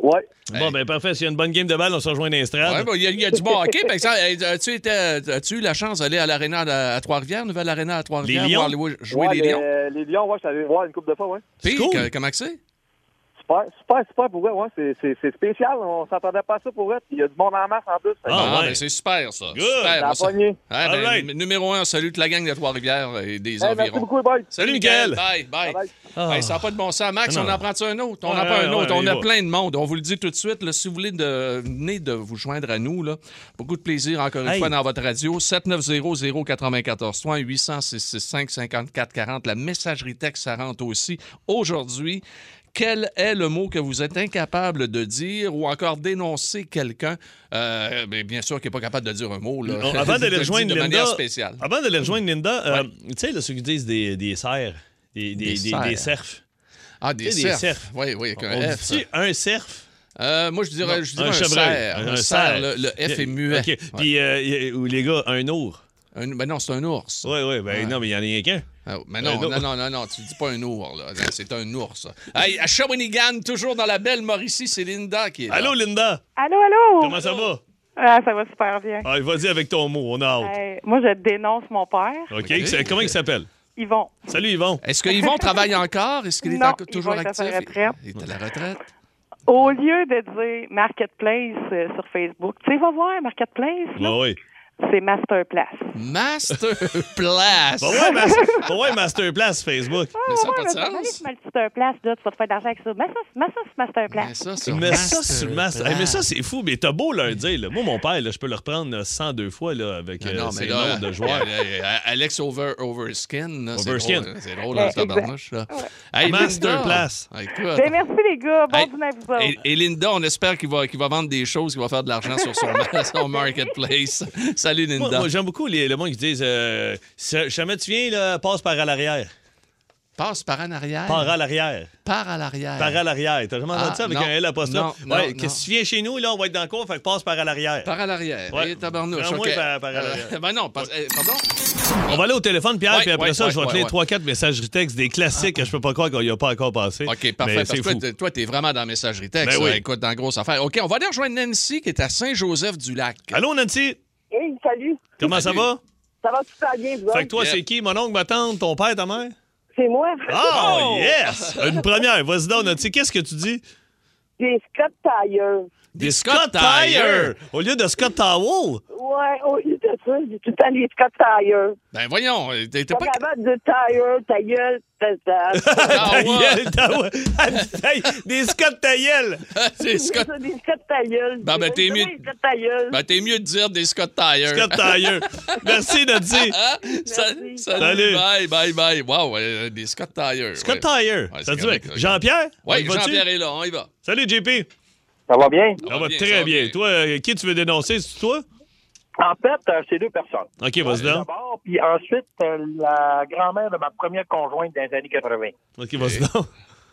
Speaker 9: Ouais.
Speaker 2: Bon, ben parfait. S'il y a une bonne game de balle, on se rejoint dans un strade.
Speaker 1: Ouais, ben, il, y a, il y a du bon hockey. Par exemple, Hey, as-tu, été, as-tu eu la chance d'aller à l'aréna de- à, Trois-Rivières, nouvelle aréna à Trois-Rivières,
Speaker 2: Les Lions?
Speaker 1: voir les- jouer
Speaker 9: Ouais,
Speaker 1: les
Speaker 9: les-
Speaker 1: Lions?
Speaker 9: Les Lions, ouais, je t'avais voir une couple de fois, ouais.
Speaker 1: Puis,
Speaker 2: cool.
Speaker 1: que- comment que c'est?
Speaker 9: Super, super, super pour eux, ouais. C'est- C'est c'est spécial, on s'attendait pas à ça pour eux. Il y a du monde en masse en plus. Fait que
Speaker 2: Ah, ouais.
Speaker 1: ben, c'est super, ça.
Speaker 2: Good.
Speaker 1: Super,
Speaker 9: ça a
Speaker 1: moi, ça.
Speaker 9: pogné.
Speaker 1: Ouais, ben,
Speaker 2: All right.
Speaker 1: num- Numéro un, salut toute la gang de Trois-Rivières et des
Speaker 9: Hey, merci
Speaker 1: environs.
Speaker 9: beaucoup, les boys.
Speaker 2: Salut, Mickaël.
Speaker 1: Bye, bye.
Speaker 9: Bye.
Speaker 2: Ah.
Speaker 1: Hey, ça n'a pas de bon sens. Max,
Speaker 2: Non.
Speaker 1: on en prend-tu un autre? On
Speaker 2: Ouais,
Speaker 1: en prend un
Speaker 2: ouais,
Speaker 1: autre.
Speaker 2: ouais,
Speaker 1: on
Speaker 2: il
Speaker 1: a
Speaker 2: va.
Speaker 1: plein de monde. On vous le dit tout de suite. là, si vous voulez de, venez de vous joindre à nous, là, beaucoup de plaisir, encore une
Speaker 2: Hey.
Speaker 1: fois, dans votre radio. 790-094-3, 800-665-5440. La messagerie texte, ça rentre aussi. Aujourd'hui, quel est le mot que vous êtes incapable de dire ou encore dénoncer quelqu'un? Euh, mais bien sûr qu'il n'est pas capable de dire un mot. Là. [laughs]
Speaker 2: On- avant
Speaker 1: Je
Speaker 2: d'aller
Speaker 1: le
Speaker 2: rejoindre
Speaker 1: dis de
Speaker 2: Linda, Ah,
Speaker 1: manière spéciale.
Speaker 2: avant d'aller rejoindre Linda, euh, tu sais là, ceux qui disent des, des cerfs, des, des,
Speaker 1: Des
Speaker 2: des,
Speaker 1: cerfs.
Speaker 2: des cerfs.
Speaker 1: Ah, des
Speaker 2: tu sais, des
Speaker 1: cerfs.
Speaker 2: cerfs.
Speaker 1: Oui, oui, avec un
Speaker 2: On
Speaker 1: F.
Speaker 2: dit-tu un cerf?
Speaker 1: Euh, moi, je dirais,
Speaker 2: Non,
Speaker 1: je dirais un, cerf. Un, cerf. Le, le F est muet.
Speaker 2: OK.
Speaker 1: Ouais.
Speaker 2: Puis, euh, y a- ou les gars, un ours.
Speaker 1: Un- ben non, c'est un ours.
Speaker 2: Oui, oui. Ben non, mais il y en a rien qu'un.
Speaker 1: Ah, mais non,
Speaker 2: Un
Speaker 1: non,
Speaker 2: ours.
Speaker 1: non, non, non, tu dis pas un ours, là. Non, C'est un ours. Hey, à Shawinigan, toujours dans la belle Mauricie, c'est Linda qui est là.
Speaker 2: Allô, Linda?
Speaker 8: Allô, allô?
Speaker 2: Comment ça va?
Speaker 8: Ah, ça va super bien.
Speaker 2: Ah, Vas-y avec ton mot, on a hâte.
Speaker 8: Hey, moi, je dénonce mon père.
Speaker 2: OK?
Speaker 1: Ok.
Speaker 2: c'est- Comment il s'appelle?
Speaker 8: Yvon.
Speaker 2: Salut, Yvon.
Speaker 1: Est-ce que Yvon travaille encore? Est-ce qu'il est
Speaker 8: Non,
Speaker 1: encore-
Speaker 8: Yvon
Speaker 1: toujours
Speaker 8: est à sa
Speaker 1: actif?
Speaker 8: retraite.
Speaker 1: Il est à la retraite.
Speaker 8: Au lieu de dire Marketplace euh, sur Facebook, tu sais, va voir Marketplace, là,
Speaker 2: Bah oui.
Speaker 8: c'est Masterplace.
Speaker 1: Master [laughs] Place.
Speaker 2: Bah ouais, mas- bah ouais, Masterclass Facebook.
Speaker 1: Mais ça n'a
Speaker 8: Ah, Ouais,
Speaker 1: pas de
Speaker 8: mais c'est
Speaker 1: sens.
Speaker 8: mal, c'est Masterplace, euh, là, tu vas te faire de l'argent avec ça. Mais ça, c'est- mais
Speaker 1: Mais
Speaker 8: ça, c'est Masterplace.
Speaker 1: ça, c'est
Speaker 2: Mais ça, c'est le master. Hey, mais ça, c'est fou. Mais t'as beau leur dire. là. Moi, mon père, là, je peux le reprendre là, 102 fois là, avec euh,
Speaker 1: Ah Non, mais
Speaker 2: ses
Speaker 1: là,
Speaker 2: noms de joueurs.
Speaker 1: euh, euh, Alex Over, Overskin. là, c'est
Speaker 2: Overskin.
Speaker 1: drôle, hein, C'est drôle, hein,
Speaker 8: Ouais,
Speaker 1: ça barnouche. là. Hey,
Speaker 2: Master
Speaker 1: Linda.
Speaker 2: Place.
Speaker 1: Écoute.
Speaker 8: Ben, merci, les gars. Bon
Speaker 1: Hey,
Speaker 8: dîner à vous autres.
Speaker 1: Et, et Linda, on espère qu'il va, qu'il va vendre des choses, qu'il va faire de l'argent sur son, [laughs] son marketplace. Salut,
Speaker 2: Moi,
Speaker 1: Linda.
Speaker 2: moi, j'aime beaucoup les, le monde qui disent euh, Si jamais tu viens, là, passe par à l'arrière.
Speaker 1: Passe par en arrière.
Speaker 2: Par à l'arrière.
Speaker 1: Par à l'arrière.
Speaker 2: Par à l'arrière. T'as jamais entendu
Speaker 1: Ah,
Speaker 2: ça avec
Speaker 1: non.
Speaker 2: un L
Speaker 1: Non,
Speaker 2: apostrophe?
Speaker 1: non,
Speaker 2: ouais,
Speaker 1: non.
Speaker 2: qu'est-ce que tu viens chez nous, là, on va être dans le cours, fait que passe par à l'arrière.
Speaker 1: Par à l'arrière.
Speaker 2: Ouais.
Speaker 1: Eh, tabarnouche,
Speaker 2: Prends-moi
Speaker 1: ok.
Speaker 2: par- par à l'arrière.
Speaker 1: Euh, [laughs] ben non, parce- eh, pardon?
Speaker 2: On va aller au téléphone, Pierre,
Speaker 1: Ouais,
Speaker 2: puis après
Speaker 1: ouais,
Speaker 2: ça, je vais
Speaker 1: ouais,
Speaker 2: te lire
Speaker 1: ouais.
Speaker 2: 3-4 messageries textes, des classiques que je peux pas croire qu'on y a pas encore passé.
Speaker 1: OK, parfait.
Speaker 2: Mais
Speaker 1: parce
Speaker 2: c'est
Speaker 1: que toi,
Speaker 2: fou.
Speaker 1: t'es- toi, t'es vraiment dans la messagerie texte.
Speaker 2: Ben oui.
Speaker 1: là. Écoute, dans la grosse affaire. OK, on va aller rejoindre Nancy qui est à Saint-Joseph-du-Lac.
Speaker 2: Allô, Nancy?
Speaker 8: Hey, salut.
Speaker 2: Comment
Speaker 1: Salut.
Speaker 2: ça va?
Speaker 8: Ça va super bien,
Speaker 2: Fait
Speaker 8: vous autres?
Speaker 2: que toi,
Speaker 1: Yeah.
Speaker 2: c'est qui? Mon oncle, ma tante, ton père, ta mère?
Speaker 8: C'est moi.
Speaker 1: Ah, [laughs]
Speaker 2: Oh, yes! Une première. Vas-y donc, Nancy, qu'est-ce que tu dis?
Speaker 8: Des Scott Tire.
Speaker 1: Des Scott Tire.
Speaker 2: Au lieu de Scott Towel?
Speaker 8: Ouais, au lieu de ça, je dis tout le temps des Scott Tire.
Speaker 1: Ben voyons, euh, t'es t'es pas...
Speaker 8: Pas capable de tire, ta gueule, ta, ta.
Speaker 1: [laughs] Ah,
Speaker 2: Ta
Speaker 1: ouais.
Speaker 2: [laughs] gueule, ta- Hey, Des Scott Taillel!
Speaker 1: [laughs] Des
Speaker 8: C'est
Speaker 1: Scott...
Speaker 8: ça, des Scott Tire.
Speaker 1: Bon, ben, t'es mieux-
Speaker 8: Des Scott Tire.
Speaker 1: Ben t'es mieux de dire des Scott Tire.
Speaker 2: Scott Tailleur. Merci, Nancy.
Speaker 1: Hein? Sa- Salut.
Speaker 8: Merci.
Speaker 2: Salut.
Speaker 1: Bye, bye, bye. Wow, euh, des Scott Tire.
Speaker 2: Scott Tailleur.
Speaker 1: Ouais,
Speaker 2: Ça
Speaker 1: c'est
Speaker 2: te
Speaker 1: correct,
Speaker 2: dit?
Speaker 1: correct.
Speaker 2: Jean-Pierre?
Speaker 1: Oui,
Speaker 2: On y va-tu?
Speaker 1: Jean-Pierre est là, on y va.
Speaker 2: Salut, JP.
Speaker 9: Ça va bien?
Speaker 2: Ça
Speaker 1: va
Speaker 2: va
Speaker 1: bien, ça va
Speaker 2: très bien.
Speaker 1: bien.
Speaker 2: Toi, euh, qui tu veux dénoncer? C'est toi?
Speaker 9: En fait, euh, c'est deux personnes.
Speaker 2: OK, vas-y donc.
Speaker 9: D'abord, puis ensuite, euh, la grand-mère de ma première conjointe dans les années 80.
Speaker 2: OK, vas-y donc.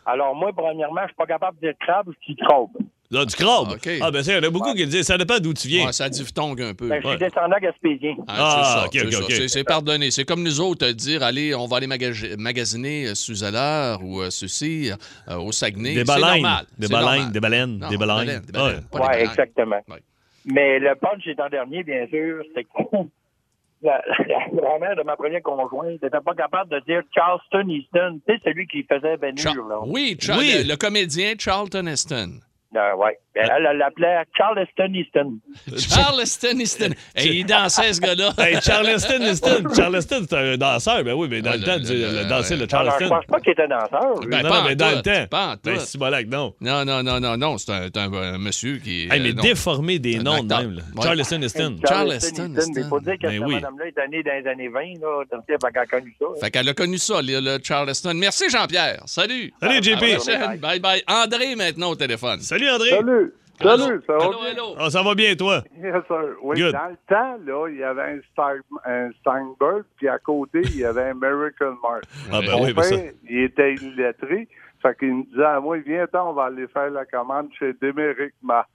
Speaker 9: Alors, moi, premièrement, je suis pas capable de dire crabe, je suis crabe.
Speaker 2: Là, du crabe.
Speaker 1: Ah, OK.
Speaker 2: Ah, ben, ça, il y en a beaucoup qui le disent. Ça dépend d'où tu viens.
Speaker 1: Ouais, ça diphtongue un peu.
Speaker 9: Ben, je suis
Speaker 2: Ouais.
Speaker 9: descendant gaspésien.
Speaker 1: Ah,
Speaker 2: Ah,
Speaker 1: c'est ça,
Speaker 2: ok,
Speaker 1: c'est
Speaker 2: ok,
Speaker 1: ça.
Speaker 2: ok.
Speaker 1: C'est- C'est pardonné. C'est comme nous autres euh, dire allez, on va aller magasi- magasiner euh, sous Allard ou euh, ceci euh, au Saguenay.
Speaker 2: Des
Speaker 1: C'est
Speaker 2: baleines.
Speaker 1: normal.
Speaker 2: Des
Speaker 1: C'est
Speaker 2: baleines,
Speaker 1: normal.
Speaker 2: des baleines,
Speaker 1: Non,
Speaker 2: des baleines.
Speaker 1: des baleines,
Speaker 2: Ouais.
Speaker 1: pas des
Speaker 9: Ouais,
Speaker 1: baleines.
Speaker 9: exactement.
Speaker 1: Ouais.
Speaker 9: Mais le punch étant dernier, bien sûr, c'est que [laughs] la, la grand-mère de ma première conjointe n'était pas capable de dire Charleston Easton. C'est celui qui faisait Ben
Speaker 1: Cha-
Speaker 9: Hur, là.
Speaker 1: oui, Cha-
Speaker 2: Oui.
Speaker 1: Le, le comédien Charlton Heston.
Speaker 9: Euh, ouais. Elle, elle l'appelait Charleston Easton.
Speaker 1: Charleston
Speaker 2: [laughs]
Speaker 1: Heston. Et il dansait, ce gars-là.
Speaker 2: Euh, Hey, Charleston, Liston. Charleston, c'est un danseur. Ben oui, mais dans
Speaker 1: Ouais,
Speaker 2: le
Speaker 1: le-
Speaker 2: temps,
Speaker 1: le-
Speaker 2: tu-
Speaker 1: le-
Speaker 2: le danser
Speaker 1: ouais.
Speaker 2: le
Speaker 9: Alors, je
Speaker 2: Charleston.
Speaker 9: pense pas qu'il était danseur. lui.
Speaker 1: Ben,
Speaker 2: non,
Speaker 1: pas
Speaker 2: non,
Speaker 1: en
Speaker 2: mais dans
Speaker 1: tout,
Speaker 2: le temps.
Speaker 1: pas en
Speaker 2: Ben,
Speaker 1: tout.
Speaker 2: Sibolac, non.
Speaker 1: Non, non, non, non, non. C'est un, c'est un- un monsieur qui.
Speaker 2: Hey,
Speaker 1: euh,
Speaker 2: mais
Speaker 1: non.
Speaker 2: déformer des
Speaker 1: Un
Speaker 2: noms de
Speaker 1: acteur.
Speaker 2: même. là.
Speaker 1: Ouais.
Speaker 2: Charleston, Liston.
Speaker 1: Charleston
Speaker 9: Easton. Mais
Speaker 1: Easton.
Speaker 9: faut dire que
Speaker 2: Ben
Speaker 9: cette
Speaker 2: oui.
Speaker 9: madame-là est née dans les années 20, là. Donc, elle a connu ça.
Speaker 1: Fait qu'elle a connu ça, le, le Charleston. Merci, Jean-Pierre. Salut.
Speaker 2: Salut,
Speaker 1: À la
Speaker 2: JP.
Speaker 1: prochaine. Bye, bye. André, maintenant, au téléphone.
Speaker 2: Salut, André.
Speaker 10: Salut! Salut! Ça va
Speaker 1: Allô,
Speaker 10: bien?
Speaker 1: allô.
Speaker 2: Ah, ça va bien, toi?
Speaker 10: Yes, sir. Oui,
Speaker 2: Good.
Speaker 10: dans le temps, là, il y avait un, Stein- un Steinberg, puis à côté, il y avait un Miracle Mart.
Speaker 2: Ah, ben
Speaker 10: Mon
Speaker 2: oui, ben ça.
Speaker 10: père, il était illettré, fait qu'il me disait à moi, viens t'en, on va aller faire la commande chez Demeric Mart.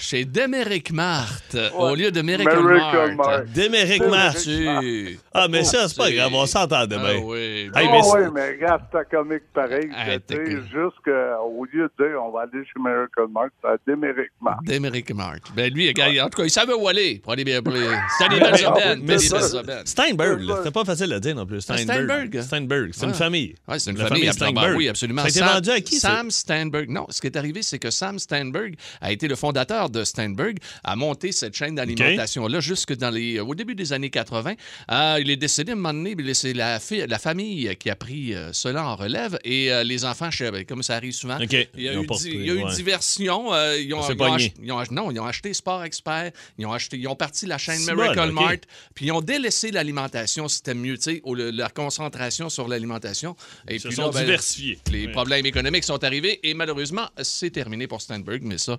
Speaker 1: Chez Demeric Mart, euh, au lieu de Miracle
Speaker 10: Miracle
Speaker 1: Mart.
Speaker 10: Mart.
Speaker 2: Déméric
Speaker 10: Déméric
Speaker 2: Mars.
Speaker 1: Tu-
Speaker 2: Ah, mais ça, c'est pas grave. On s'entend
Speaker 1: Ah
Speaker 2: demain.
Speaker 1: oui.
Speaker 2: Hey,
Speaker 10: Ah
Speaker 2: mais
Speaker 10: oui,
Speaker 2: c'est-
Speaker 10: mais regarde, c'était comique pareil.
Speaker 1: Ah, t'es
Speaker 10: C'était
Speaker 1: cool.
Speaker 10: juste qu'au lieu de dire, on va aller chez Miracle Mart, c'était à Demeric Mart.
Speaker 1: Demeric Mart. Ben lui, regarde, en tout cas, il savait où aller pour aller bien pour les... C'était des belles urbaines.
Speaker 2: mais
Speaker 1: des
Speaker 2: c'est-
Speaker 1: belles urbaines.
Speaker 2: Steinberg, là. C'était pas facile à dire non plus.
Speaker 1: Ah, Steinberg. Ah.
Speaker 2: Steinberg. Steinberg. C'est
Speaker 1: Ouais.
Speaker 2: une famille.
Speaker 1: Oui, c'est une
Speaker 2: La
Speaker 1: famille, absolument. Oui, absolument.
Speaker 2: Ça a été
Speaker 1: Sam-
Speaker 2: vendu à qui? ça?
Speaker 1: Sam Steinberg. Non, ce qui est arrivé, c'est que Sam Steinberg a été le fondateur de Steinberg, a monté cette chaîne d'alimentation-là jusque dans les, euh, au début des années 80. Euh, il est décédé à un moment donné, mais c'est la, fi- la famille qui a pris euh, cela en relève et euh, les enfants, je sais, comme ça arrive souvent,
Speaker 2: OK.
Speaker 1: il y a
Speaker 2: Ils ont
Speaker 1: eu,
Speaker 2: pas
Speaker 1: di-
Speaker 2: repris,
Speaker 1: il y a eu
Speaker 2: ouais.
Speaker 1: diversion. euh, ils, ont,
Speaker 2: Ça s'est
Speaker 1: ils ont
Speaker 2: pogné.
Speaker 1: ach- ils ont ach- non, ils ont acheté Sport Expert. Ils ont, acheté, ils ont parti la chaîne
Speaker 2: C'est
Speaker 1: Miracle
Speaker 2: bon, OK.
Speaker 1: Mart. Puis ils ont délaissé l'alimentation, c'était mieux, tu sais, au- le- la concentration sur l'alimentation. Et
Speaker 2: Ils se
Speaker 1: puis
Speaker 2: sont
Speaker 1: là, ben,
Speaker 2: diversifiés.
Speaker 1: les
Speaker 2: Ouais.
Speaker 1: problèmes économiques sont arrivés et malheureusement, c'est terminé pour Steinberg, mais ça,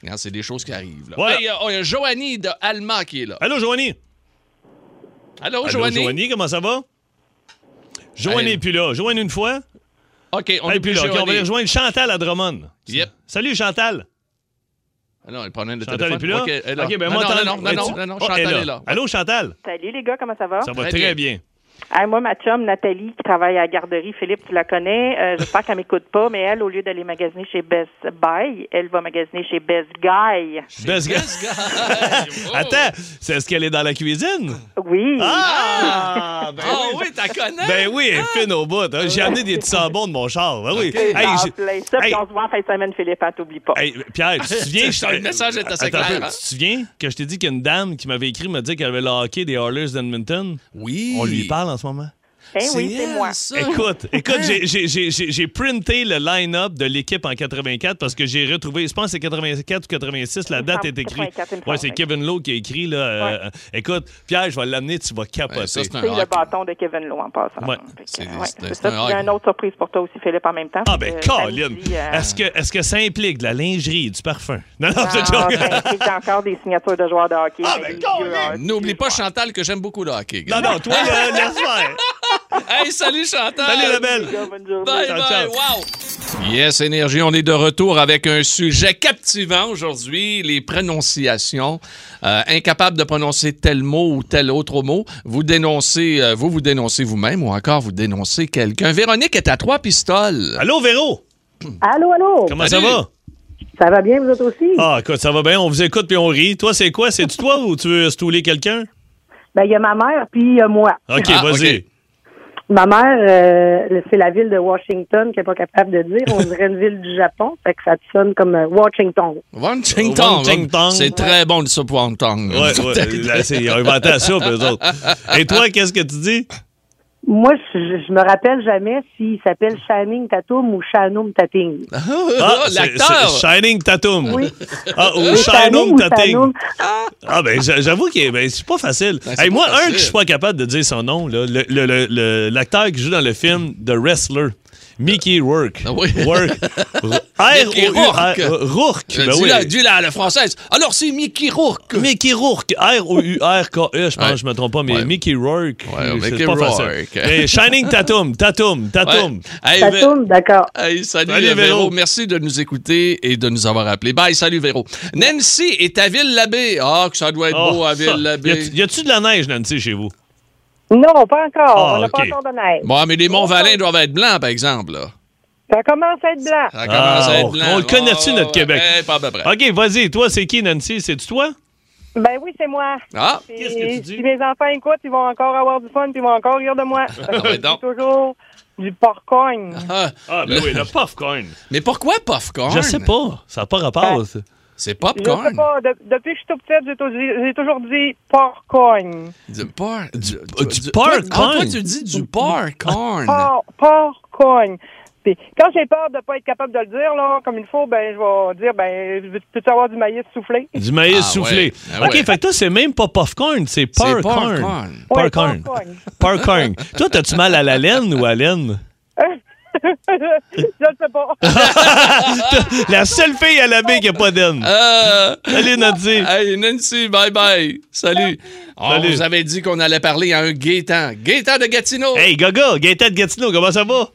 Speaker 1: regarde, c'est des choses qui arrivent. là.
Speaker 2: Voilà.
Speaker 1: Hey, euh, oh, il y a Joanie de Alma qui est là.
Speaker 2: Allô, Joanie.
Speaker 1: Allô,
Speaker 2: Allô,
Speaker 1: Joanie.
Speaker 2: Joanie, comment ça va? Joanie
Speaker 1: Hey.
Speaker 2: est plus là. Joanie une fois.
Speaker 1: OK, on
Speaker 2: Hey,
Speaker 1: est
Speaker 2: puis
Speaker 1: plus
Speaker 2: là, OK, on va
Speaker 1: Joanie.
Speaker 2: aller rejoindre Chantal à Drummond.
Speaker 1: Yep.
Speaker 2: Salut, Chantal.
Speaker 1: Ah non, elle prenait le
Speaker 2: Chantal
Speaker 1: téléphone.
Speaker 2: est plus là?
Speaker 1: OK, elle est là.
Speaker 2: OK, ben
Speaker 1: non,
Speaker 2: moi,
Speaker 1: non,
Speaker 2: t'en-
Speaker 1: non, non, non,
Speaker 2: ben,
Speaker 1: non,
Speaker 2: tu-
Speaker 1: non, non,
Speaker 2: Oh,
Speaker 1: Chantal
Speaker 2: elle
Speaker 1: est là.
Speaker 2: Allô, Chantal.
Speaker 8: Salut les gars, comment ça va?
Speaker 2: Ça va
Speaker 1: Très
Speaker 2: très bien.
Speaker 8: Hey, moi, ma chum, Nathalie, qui travaille à la garderie, Philippe, tu la
Speaker 2: [laughs]
Speaker 8: connais. Euh, J'espère qu'elle m'écoute pas, mais elle, au lieu d'aller magasiner chez Best Buy, elle va magasiner chez Best Guy.
Speaker 2: Best guy.
Speaker 1: Yes, guys. Oh.
Speaker 2: [laughs] Attends, c'est est-ce qu'elle est dans la cuisine?
Speaker 8: Oui.
Speaker 2: Ah! Ben
Speaker 1: Ah oui, t'as connais?
Speaker 2: Ben oui, elle est fine au bout. hein. J'ai amené des petits sabons de mon char. Ben oui. Hey,
Speaker 8: Ah,
Speaker 2: j'ai-
Speaker 8: plein ça, puis
Speaker 2: Hey.
Speaker 8: on se voit en fin de semaine, Philippe, hein, t'oublie pas.
Speaker 2: Hey, Pierre,
Speaker 1: [laughs]
Speaker 2: tu te souviens... je-
Speaker 1: Le message est assez
Speaker 2: Attends un
Speaker 1: clair,
Speaker 2: peu,
Speaker 1: hein?
Speaker 2: Tu te souviens que je t'ai dit qu'il y a une dame qui m'avait écrit, m'a dit qu'elle avait le hockey des Oilers d'Edmonton?
Speaker 1: Oui.
Speaker 2: On lui parle en ce moment?
Speaker 8: Eh oui,
Speaker 1: elle,
Speaker 8: c'est moi.
Speaker 1: ça.
Speaker 2: Écoute, écoute, j'ai- j'ai- j'ai j'ai- j'ai printé le line-up de l'équipe en 84 parce que j'ai retrouvé, je pense que c'est 84 ou 86, la date est écrite.
Speaker 8: 84, il me semble,
Speaker 2: Ouais, c'est
Speaker 8: oui.
Speaker 2: Kevin Lowe qui a écrit. Là, euh, Écoute, Pierre, je vais l'amener, tu vas capoter.
Speaker 1: Ouais, ça, c'est un
Speaker 8: C'est le
Speaker 1: rock.
Speaker 8: bâton de Kevin Lowe en passant.
Speaker 2: Ah, Ouais.
Speaker 8: Fait que,
Speaker 1: C'est-
Speaker 8: euh, ouais,
Speaker 1: c'est-
Speaker 8: c'est
Speaker 1: c'est
Speaker 8: ça.
Speaker 1: un
Speaker 8: Puis J'ai
Speaker 1: hag.
Speaker 8: une autre surprise pour toi aussi, Philippe, en même temps.
Speaker 2: ah ben,
Speaker 8: Euh,
Speaker 2: Colin!
Speaker 8: samedi, euh,
Speaker 2: Est-ce que, est que [laughs] ça implique de la lingerie, du parfum? [laughs] Non, non, c'est
Speaker 8: ah,
Speaker 2: joke.
Speaker 8: ben,
Speaker 2: [laughs]
Speaker 8: c'est encore des signatures de joueurs de hockey.
Speaker 2: Ah,
Speaker 8: mais
Speaker 2: ben,
Speaker 8: les
Speaker 2: Colin!
Speaker 8: vieux, hein,
Speaker 1: N'oublie
Speaker 8: les
Speaker 1: pas,
Speaker 8: joueurs. [laughs]
Speaker 1: Chantal, que j'aime beaucoup le hockey. gars.
Speaker 2: Non, non, toi, là, laisse faire.
Speaker 1: Hey, salut Chantal!
Speaker 2: Salut, Rebelle!
Speaker 1: Bye,
Speaker 2: Ciao,
Speaker 1: bye,
Speaker 2: ciao.
Speaker 1: wow! Yes, Énergie, on est de retour avec un sujet captivant aujourd'hui, les prononciations. Euh, incapable de prononcer tel mot ou tel autre mot, vous dénoncez, euh, vous vous dénoncez vous-même ou encore vous dénoncez quelqu'un. Véronique est à trois pistoles.
Speaker 2: Allô, Véro?
Speaker 7: Allô, allô?
Speaker 2: Comment
Speaker 1: Salut.
Speaker 2: ça va?
Speaker 7: Ça va bien, vous autres aussi?
Speaker 2: Ah, écoute, ça va bien, on vous écoute puis on rit. Toi, c'est quoi? C'est-tu toi ou tu veux stouler quelqu'un?
Speaker 7: Ben, il y a ma mère, puis il y a moi.
Speaker 2: OK,
Speaker 1: Ah,
Speaker 2: vas-y.
Speaker 1: OK.
Speaker 7: Ma mère, euh, c'est la ville de Washington qui n'est pas capable de dire. On dirait
Speaker 1: [laughs]
Speaker 7: une ville du Japon, fait que ça te sonne comme euh, Washington.
Speaker 1: Wang Ching Tong.
Speaker 2: Wang Ching Tong.
Speaker 1: C'est très bon de ça pour Wang Tong.
Speaker 2: Ouais,
Speaker 1: [laughs]
Speaker 2: [laughs] Ben, ouais, là, c'est- ils ont inventé ça, pour eux autres. Et toi, qu'est-ce que tu dis?
Speaker 7: Moi, je, je- je me rappelle jamais s'il s'appelle Channing Tatum ou Shanum Tatum.
Speaker 1: [laughs]
Speaker 2: Ah,
Speaker 1: Ah,
Speaker 2: c'est-
Speaker 1: L'acteur.
Speaker 2: c'est Shining Tatum.
Speaker 7: Oui.
Speaker 2: Ah, ou
Speaker 7: Oui,
Speaker 2: Shining
Speaker 7: ou
Speaker 2: Tatum.
Speaker 7: Shanum.
Speaker 2: Ah, ben, j'a- j'avoue que ben, c'est pas facile.
Speaker 1: Ben, c'est
Speaker 2: Hey,
Speaker 1: pas
Speaker 2: moi, un
Speaker 1: facile.
Speaker 2: que je suis pas capable de dire son nom, là, le- le- le- le- l'acteur qui joue dans le film The Wrestler. Mickey Rourke.
Speaker 1: Ah oui. [laughs]
Speaker 2: Work.
Speaker 1: Mickey
Speaker 2: R-O-U-R.
Speaker 1: Rourke.
Speaker 2: Rourke.
Speaker 1: Euh,
Speaker 2: Ben
Speaker 1: dis-la,
Speaker 2: oui.
Speaker 1: dis-la à la française. Alors, c'est Mickey Rourke.
Speaker 2: Mickey Rourke, R-O-U-R-K-E, E, je pense,
Speaker 1: Ouais.
Speaker 2: je me trompe pas, mais
Speaker 1: Ouais.
Speaker 2: Mickey Rourke,
Speaker 1: Ouais,
Speaker 2: euh,
Speaker 1: Mickey
Speaker 2: c'est pas facile.
Speaker 1: Rourke.
Speaker 2: Mais Shining Tatum, Tatum, Tatum.
Speaker 1: Hey,
Speaker 2: Eh
Speaker 1: Vé-
Speaker 2: ben-
Speaker 7: Tatum, d'accord.
Speaker 1: Hey, salut, euh,
Speaker 2: Salut,
Speaker 1: Véro.
Speaker 2: Véro.
Speaker 1: Merci de nous écouter et de nous avoir appelés. Bye, salut Véro. Nancy est à Ville-l'Abbé. Ah, que ça doit être beau à
Speaker 2: Oh, ça.
Speaker 1: Ville-l'Abbé.
Speaker 2: Y a-tu de la neige, Nancy, chez vous?
Speaker 7: Non, pas encore.
Speaker 2: Ah,
Speaker 7: on n'a
Speaker 2: ok.
Speaker 7: pas encore de neige.
Speaker 1: Bon, mais les
Speaker 2: Oh,
Speaker 1: Monts-Valin doivent être blancs, par exemple. là.
Speaker 7: Ça commence à être blanc.
Speaker 1: Ça commence à
Speaker 2: Ah,
Speaker 1: être
Speaker 2: on-
Speaker 1: blanc.
Speaker 2: on le connaît-tu,
Speaker 1: Ah,
Speaker 2: notre Québec?
Speaker 1: eh, pas à peu près.
Speaker 2: OK, vas-y, toi, c'est qui, Nancy? C'est-tu toi?
Speaker 7: Ben oui, c'est moi.
Speaker 1: Ah,
Speaker 7: Puis,
Speaker 2: Qu'est-ce que tu dis?
Speaker 7: Si mes enfants écoutent, ils vont encore avoir du fun, puis ils vont encore rire de
Speaker 2: [laughs]
Speaker 7: moi. Fait que
Speaker 1: ouais,
Speaker 7: je dis
Speaker 1: donc.
Speaker 7: toujours du porcogne.
Speaker 1: ah.
Speaker 2: Ah, ben oui, le popcorn.
Speaker 1: [laughs] Mais pourquoi popcorn?
Speaker 2: Je sais pas, ça n'a pas rapport.
Speaker 7: Ben,
Speaker 2: ça.
Speaker 1: C'est
Speaker 7: Je sais
Speaker 1: popcorn.
Speaker 7: pas, de- depuis que je suis tout petite, j'ai, tou- j'ai toujours dit porcogne.
Speaker 1: Du porc. Du,
Speaker 2: Euh, du Ah.
Speaker 1: toi-
Speaker 2: porc-corn.
Speaker 1: Ah, toi, tu dis du porcorn.
Speaker 7: Por, porcogne. Puis quand j'ai peur de pas être capable de le dire, là, comme il faut, ben, je vais dire, ben, peux-tu avoir du maïs soufflé? [laughs]
Speaker 2: Du maïs
Speaker 1: Ah,
Speaker 2: soufflé.
Speaker 1: ouais. Ah,
Speaker 2: OK,
Speaker 1: ouais.
Speaker 2: fait que toi, c'est même pas popcorn, c'est
Speaker 1: C'est
Speaker 2: parcorn.
Speaker 1: popcorn.
Speaker 7: Ouais,
Speaker 2: Parcorn.
Speaker 7: popcorn.
Speaker 2: Parcorn. Toi, t'as-tu mal à la laine ou à laine?
Speaker 7: je ne sais pas.
Speaker 2: La seule fille à la baie qui n'a pas d'aine.
Speaker 1: Euh,
Speaker 2: Allez, Nancy.
Speaker 1: Hey Nancy, bye bye. Salut. On
Speaker 2: Salut.
Speaker 1: vous avait dit qu'on allait parler à un Gaétan. Gaétan de Gatineau.
Speaker 2: Hey, Gaga, Gaëtan de Gatineau, comment ça va?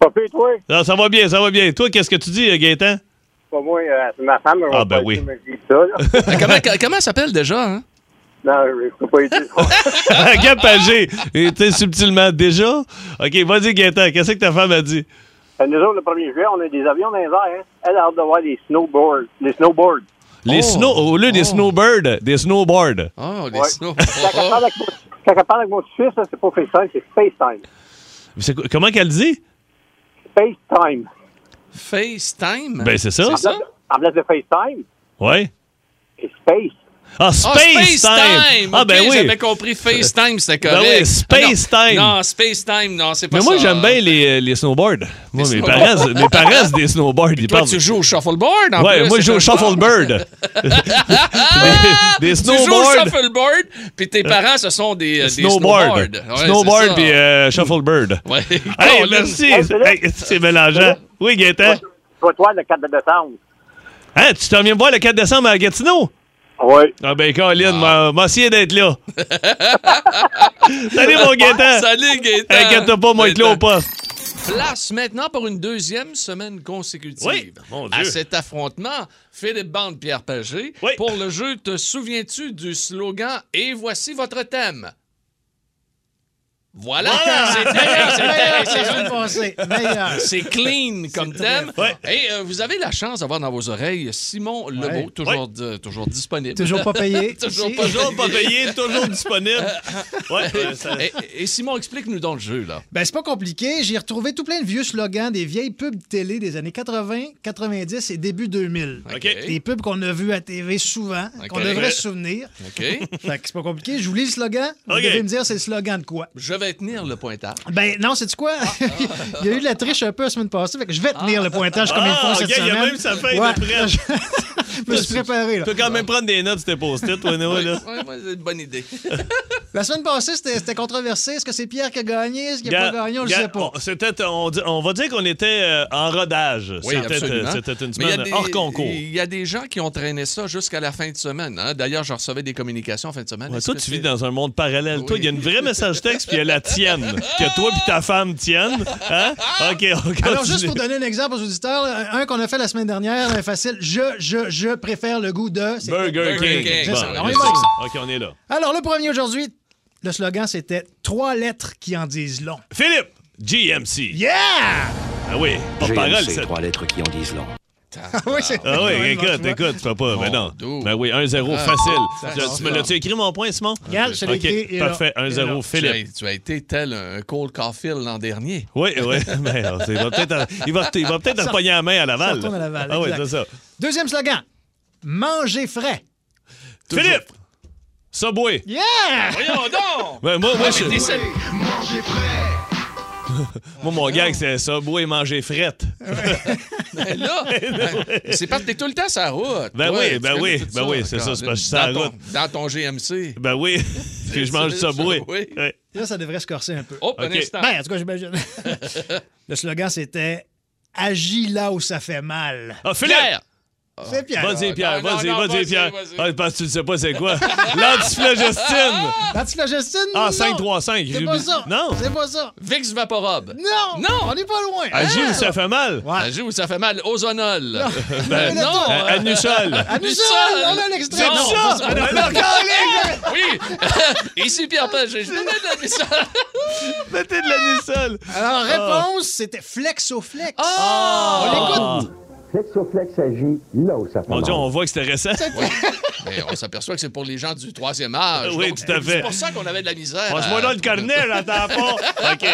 Speaker 9: Pas plus, toi.
Speaker 2: Ah, ça va bien, ça va bien. Toi, qu'est-ce que tu dis, euh, Gaëtan?
Speaker 9: Pas moi, euh, c'est ma femme. mais on
Speaker 2: Ah,
Speaker 9: va
Speaker 2: ben
Speaker 9: pas
Speaker 2: oui.
Speaker 9: essayer de me dire ça, là.
Speaker 1: Euh,
Speaker 2: [laughs]
Speaker 1: Comment, ca- comment elle s'appelle déjà? Hein?
Speaker 9: non, je peux pas lui dire ça.
Speaker 2: [laughs] Capagé. Et t'es subtilement déjà? OK, vas-y, Gaëtan, qu'est-ce que ta femme a dit?
Speaker 9: Euh, Nous autres, le 1er juillet, on a des avions dans les airs. hein. Elle a hâte de voir les snowboards. Les snowboards.
Speaker 2: Les
Speaker 1: Oh.
Speaker 2: snow, au lieu des
Speaker 1: Oh.
Speaker 2: snowbirds, des snowboards.
Speaker 1: Oh, les [laughs]
Speaker 9: Ouais.
Speaker 1: snow.
Speaker 9: Quand elle parle avec mon- quand elle parle avec mon fils, là, c'est pas FaceTime, c'est FaceTime.
Speaker 2: C'est quoi- comment qu'elle dit?
Speaker 9: FaceTime.
Speaker 1: FaceTime?
Speaker 2: Ben, c'est ça.
Speaker 1: C'est
Speaker 11: Hein?
Speaker 1: ça?
Speaker 9: En place de FaceTime,
Speaker 2: Ouais.
Speaker 9: c'est Space.
Speaker 2: Ah,
Speaker 1: Ah,
Speaker 2: Space, Time. Ah,
Speaker 1: OK,
Speaker 2: ben oui.
Speaker 1: J'avais compris FaceTime, c'était
Speaker 2: Ben
Speaker 1: correct.
Speaker 2: oui, Space
Speaker 1: Ah, non.
Speaker 2: Time.
Speaker 1: Non, FaceTime, non, c'est pas
Speaker 2: Mais
Speaker 1: ça.
Speaker 2: moi, j'aime bien les, les snowboards. Moi,
Speaker 1: Les
Speaker 2: mes,
Speaker 1: snowboards.
Speaker 2: parents, mes parents, c'est des snowboards. Ils
Speaker 1: Toi,
Speaker 2: parlent-
Speaker 1: tu joues au shuffleboard, en
Speaker 2: ouais,
Speaker 1: plus,
Speaker 2: moi, je
Speaker 1: c'est
Speaker 2: joue au
Speaker 1: un- [laughs]
Speaker 2: shufflebird.
Speaker 1: Ah!
Speaker 2: [laughs] des, des
Speaker 1: Tu joues au
Speaker 2: snowboards.
Speaker 1: shuffleboard, puis tes parents, ce sont des, euh, des
Speaker 2: Snowboard.
Speaker 1: snowboards. Ouais, c'est ça.
Speaker 2: snowboard puis euh, shufflebird.
Speaker 1: Ouais.
Speaker 2: Hey,
Speaker 1: Colin.
Speaker 2: merci.
Speaker 9: Hey, Philippe.
Speaker 2: Hey, Ah, c'est mélangeant. Oui, Gaëtan.
Speaker 9: Tu vas te voir le 4 décembre.
Speaker 2: Hein, tu t'en viens me voir le 4 décembre à Gatineau?
Speaker 9: Oui.
Speaker 2: Ah ben, Colin, m'a m'a essayé d'être là. Salut, mon Gaëtan.
Speaker 1: Salut, Gaëtan.
Speaker 2: Inquiète hein. pas, moi, je suis là au poste.
Speaker 1: Place maintenant pour une deuxième semaine consécutive.
Speaker 2: Oui, mon Dieu.
Speaker 1: À cet affrontement, Philippe Bande, Pierre Pagé.
Speaker 2: Oui.
Speaker 1: Pour le jeu, te souviens-tu du slogan Et voici votre thème. Voilà, c'est meilleur, c'est meilleur, c'est juste passé. C'est clean comme thème.
Speaker 2: Ouais.
Speaker 1: Et euh, vous avez la chance d'avoir dans vos oreilles Simon Lebeau, toujours, de- toujours disponible.
Speaker 11: Toujours pas payé.
Speaker 1: [laughs] Toujours
Speaker 11: Si.
Speaker 1: pas
Speaker 2: Toujours pas payé, toujours disponible. Ouais, euh, ça-
Speaker 1: Et, et Simon, explique-nous donc le jeu, là.
Speaker 11: Ben, c'est pas compliqué. J'ai retrouvé tout plein de vieux slogans des vieilles pubs télé des années 80, 90 et début 2000.
Speaker 1: Ben, OK.
Speaker 11: Des pubs qu'on a vues à TV souvent, qu'on
Speaker 1: Ok.
Speaker 11: devrait se souvenir.
Speaker 1: OK.
Speaker 11: Fait que c'est pas compliqué. Je vous lis le slogan. Vous
Speaker 2: OK.
Speaker 11: devez me dire c'est le slogan de quoi.
Speaker 1: Je vais tenir le pointage.
Speaker 11: Ben non, c'est quoi?
Speaker 2: Ah.
Speaker 11: [laughs] il y a eu de la triche un peu la semaine passée, fait que je vais tenir le pointage comme
Speaker 2: Ah,
Speaker 11: il faut
Speaker 2: ok,
Speaker 11: cette
Speaker 2: il y a
Speaker 11: semaine.
Speaker 2: même sa feuille de prêt.
Speaker 11: me suis préparé. là.
Speaker 2: Tu peux quand même prendre des notes, c'était post-it, toi, Noah, là.
Speaker 1: Ouais, ouais, c'est une bonne idée.
Speaker 11: La semaine passée, c'était c'était controversé. Est-ce que c'est Pierre qui a gagné? Est-ce qu'il n'a
Speaker 2: Ga-
Speaker 11: pas gagné? On ne
Speaker 2: ga-
Speaker 11: sait pas.
Speaker 2: on- C'était, on, di- on va dire qu'on était euh, en rodage.
Speaker 1: Oui,
Speaker 2: c'était,
Speaker 1: absolument.
Speaker 2: euh, c'était une
Speaker 1: Mais il y a
Speaker 2: semaine
Speaker 1: des-
Speaker 2: hors concours.
Speaker 1: Il y a des gens qui ont traîné ça jusqu'à la fin de semaine. hein. D'ailleurs, je recevais des communications en fin de semaine.
Speaker 2: Ouais,
Speaker 1: Est-ce
Speaker 2: toi,
Speaker 1: que
Speaker 2: tu
Speaker 1: c'est-
Speaker 2: vis dans un monde parallèle. Toi, il y a une vraie message texte, puis il y a la tienne. Que toi puis ta femme tiennent. Hein? OK, on continue.
Speaker 11: Alors, juste pour donner un exemple aux auditeurs, là, un qu'on a fait la semaine dernière, un facile. Je, je, je préfère le goût de. C'était-
Speaker 2: Burger King.
Speaker 11: C'est
Speaker 2: Bon,
Speaker 11: ça.
Speaker 2: yes.
Speaker 11: On y va avec ça.
Speaker 2: OK, on est là.
Speaker 11: Alors, le premier aujourd'hui, le slogan, c'était trois lettres qui en disent long.
Speaker 2: Philippe, GMC.
Speaker 11: Yeah!
Speaker 2: Ah oui, pas de parole,
Speaker 6: ces
Speaker 2: ça.
Speaker 6: [laughs] trois lettres qui en disent long.
Speaker 11: Ah oui, c'est
Speaker 2: Ah oui,
Speaker 11: Ouais,
Speaker 2: écoute,
Speaker 11: ouais.
Speaker 2: écoute, tu fais pas. Mais non.
Speaker 1: doux.
Speaker 2: Ben oui, 1-0,
Speaker 1: Ah,
Speaker 2: facile.
Speaker 1: ça
Speaker 2: Tu-
Speaker 1: sort
Speaker 2: Tu me
Speaker 1: ça.
Speaker 2: l'as-tu écrit, mon point, Simon?
Speaker 11: Regarde, je l'ai écrit, il
Speaker 2: OK,
Speaker 11: est là.
Speaker 2: parfait.
Speaker 11: Il est là.
Speaker 2: 1-0,
Speaker 1: Tu
Speaker 2: Philippe.
Speaker 1: as, tu as été tel un Cole Caulfield l'an dernier.
Speaker 2: Oui,
Speaker 1: [laughs]
Speaker 2: oui. Mais alors, il va peut-être il va, il va peut-être
Speaker 11: Ça-
Speaker 2: repogner la main à
Speaker 11: Ça
Speaker 2: Laval.
Speaker 11: retourne à Laval,
Speaker 2: Ah oui,
Speaker 11: exact.
Speaker 2: c'est ça.
Speaker 11: Deuxième slogan. Manger frais.
Speaker 2: Philippe! Subway!
Speaker 11: Yeah!
Speaker 1: Voyons [laughs] donc!
Speaker 2: Ben, moi, moi, je-
Speaker 1: Ah, Mais t'es seul-
Speaker 2: [laughs] moi, mon gag, c'est Subway manger frette.
Speaker 1: Mais là, ben, c'est parce que t'es tout le temps sur la route.
Speaker 2: Eh Ben
Speaker 1: Toi,
Speaker 2: oui,
Speaker 1: tu
Speaker 2: ben
Speaker 1: connais
Speaker 2: oui,
Speaker 1: tout
Speaker 2: ben oui, c'est ça, c'est parce que je suis
Speaker 1: Dans
Speaker 2: sur la
Speaker 1: ton-
Speaker 2: route.
Speaker 1: Dans ton GMC.
Speaker 2: Ben oui, [laughs] puis je mange du Subway.
Speaker 1: Subway.
Speaker 2: Ouais.
Speaker 11: Là, ça devrait se corser un peu.
Speaker 1: Hop,
Speaker 2: Ok.
Speaker 1: Oh, un instant.
Speaker 11: Ben, en tout cas,
Speaker 2: [laughs]
Speaker 11: j'imagine. le slogan, c'était Agis là où ça fait mal.
Speaker 2: Ah, Philippe!
Speaker 1: Pierre!
Speaker 11: C'est Pierre.
Speaker 2: Ah. Vas-y, Pierre,
Speaker 1: non,
Speaker 2: vas-y,
Speaker 1: non,
Speaker 2: vas-y,
Speaker 1: vas-y,
Speaker 2: Pierre.
Speaker 1: vas-y.
Speaker 2: Ah, parce que tu ne sais pas c'est
Speaker 1: [laughs]
Speaker 2: quoi. L'antiflogestine!
Speaker 11: L'antiflogestine?
Speaker 2: Ah,
Speaker 11: non.
Speaker 2: 5-3-5.
Speaker 11: C'est pas ça.
Speaker 2: Non!
Speaker 11: C'est pas ça.
Speaker 1: Vicks Vaporob.
Speaker 11: Non.
Speaker 1: Non.
Speaker 11: On n'est pas loin.
Speaker 2: Agis
Speaker 11: Hein?
Speaker 2: ou Ah, ça fait mal?
Speaker 11: Ouais.
Speaker 1: Agis Ben, où ça fait mal. Ozonol.
Speaker 2: Ben,
Speaker 11: Mais le
Speaker 1: non.
Speaker 11: tour.
Speaker 2: Euh, Anusol.
Speaker 11: Ah, nous
Speaker 1: Anusol.
Speaker 11: sommes- on a l'extrait.
Speaker 1: Non,
Speaker 11: Non,
Speaker 1: ça,
Speaker 11: pas ça.
Speaker 2: Ben non, Caroline,
Speaker 1: [laughs] Oui! [laughs] Ici Pierre Page, je donne de la mission.
Speaker 2: Mettez de l'anusol!
Speaker 11: Alors, réponse, c'était flexoflex. Oh!
Speaker 2: Ah.
Speaker 1: Oh!
Speaker 11: On l'écoute.
Speaker 6: Flexoflex agit là où ça fait
Speaker 2: Mon Dieu, on voit que c'était récent.
Speaker 1: Mais on s'aperçoit que c'est pour les gens du troisième âge.
Speaker 2: Oui,
Speaker 1: Donc,
Speaker 2: tout à fait.
Speaker 1: C'est pour ça qu'on avait de la misère.
Speaker 2: On se voit dans le cornet, j'attends pas. OK.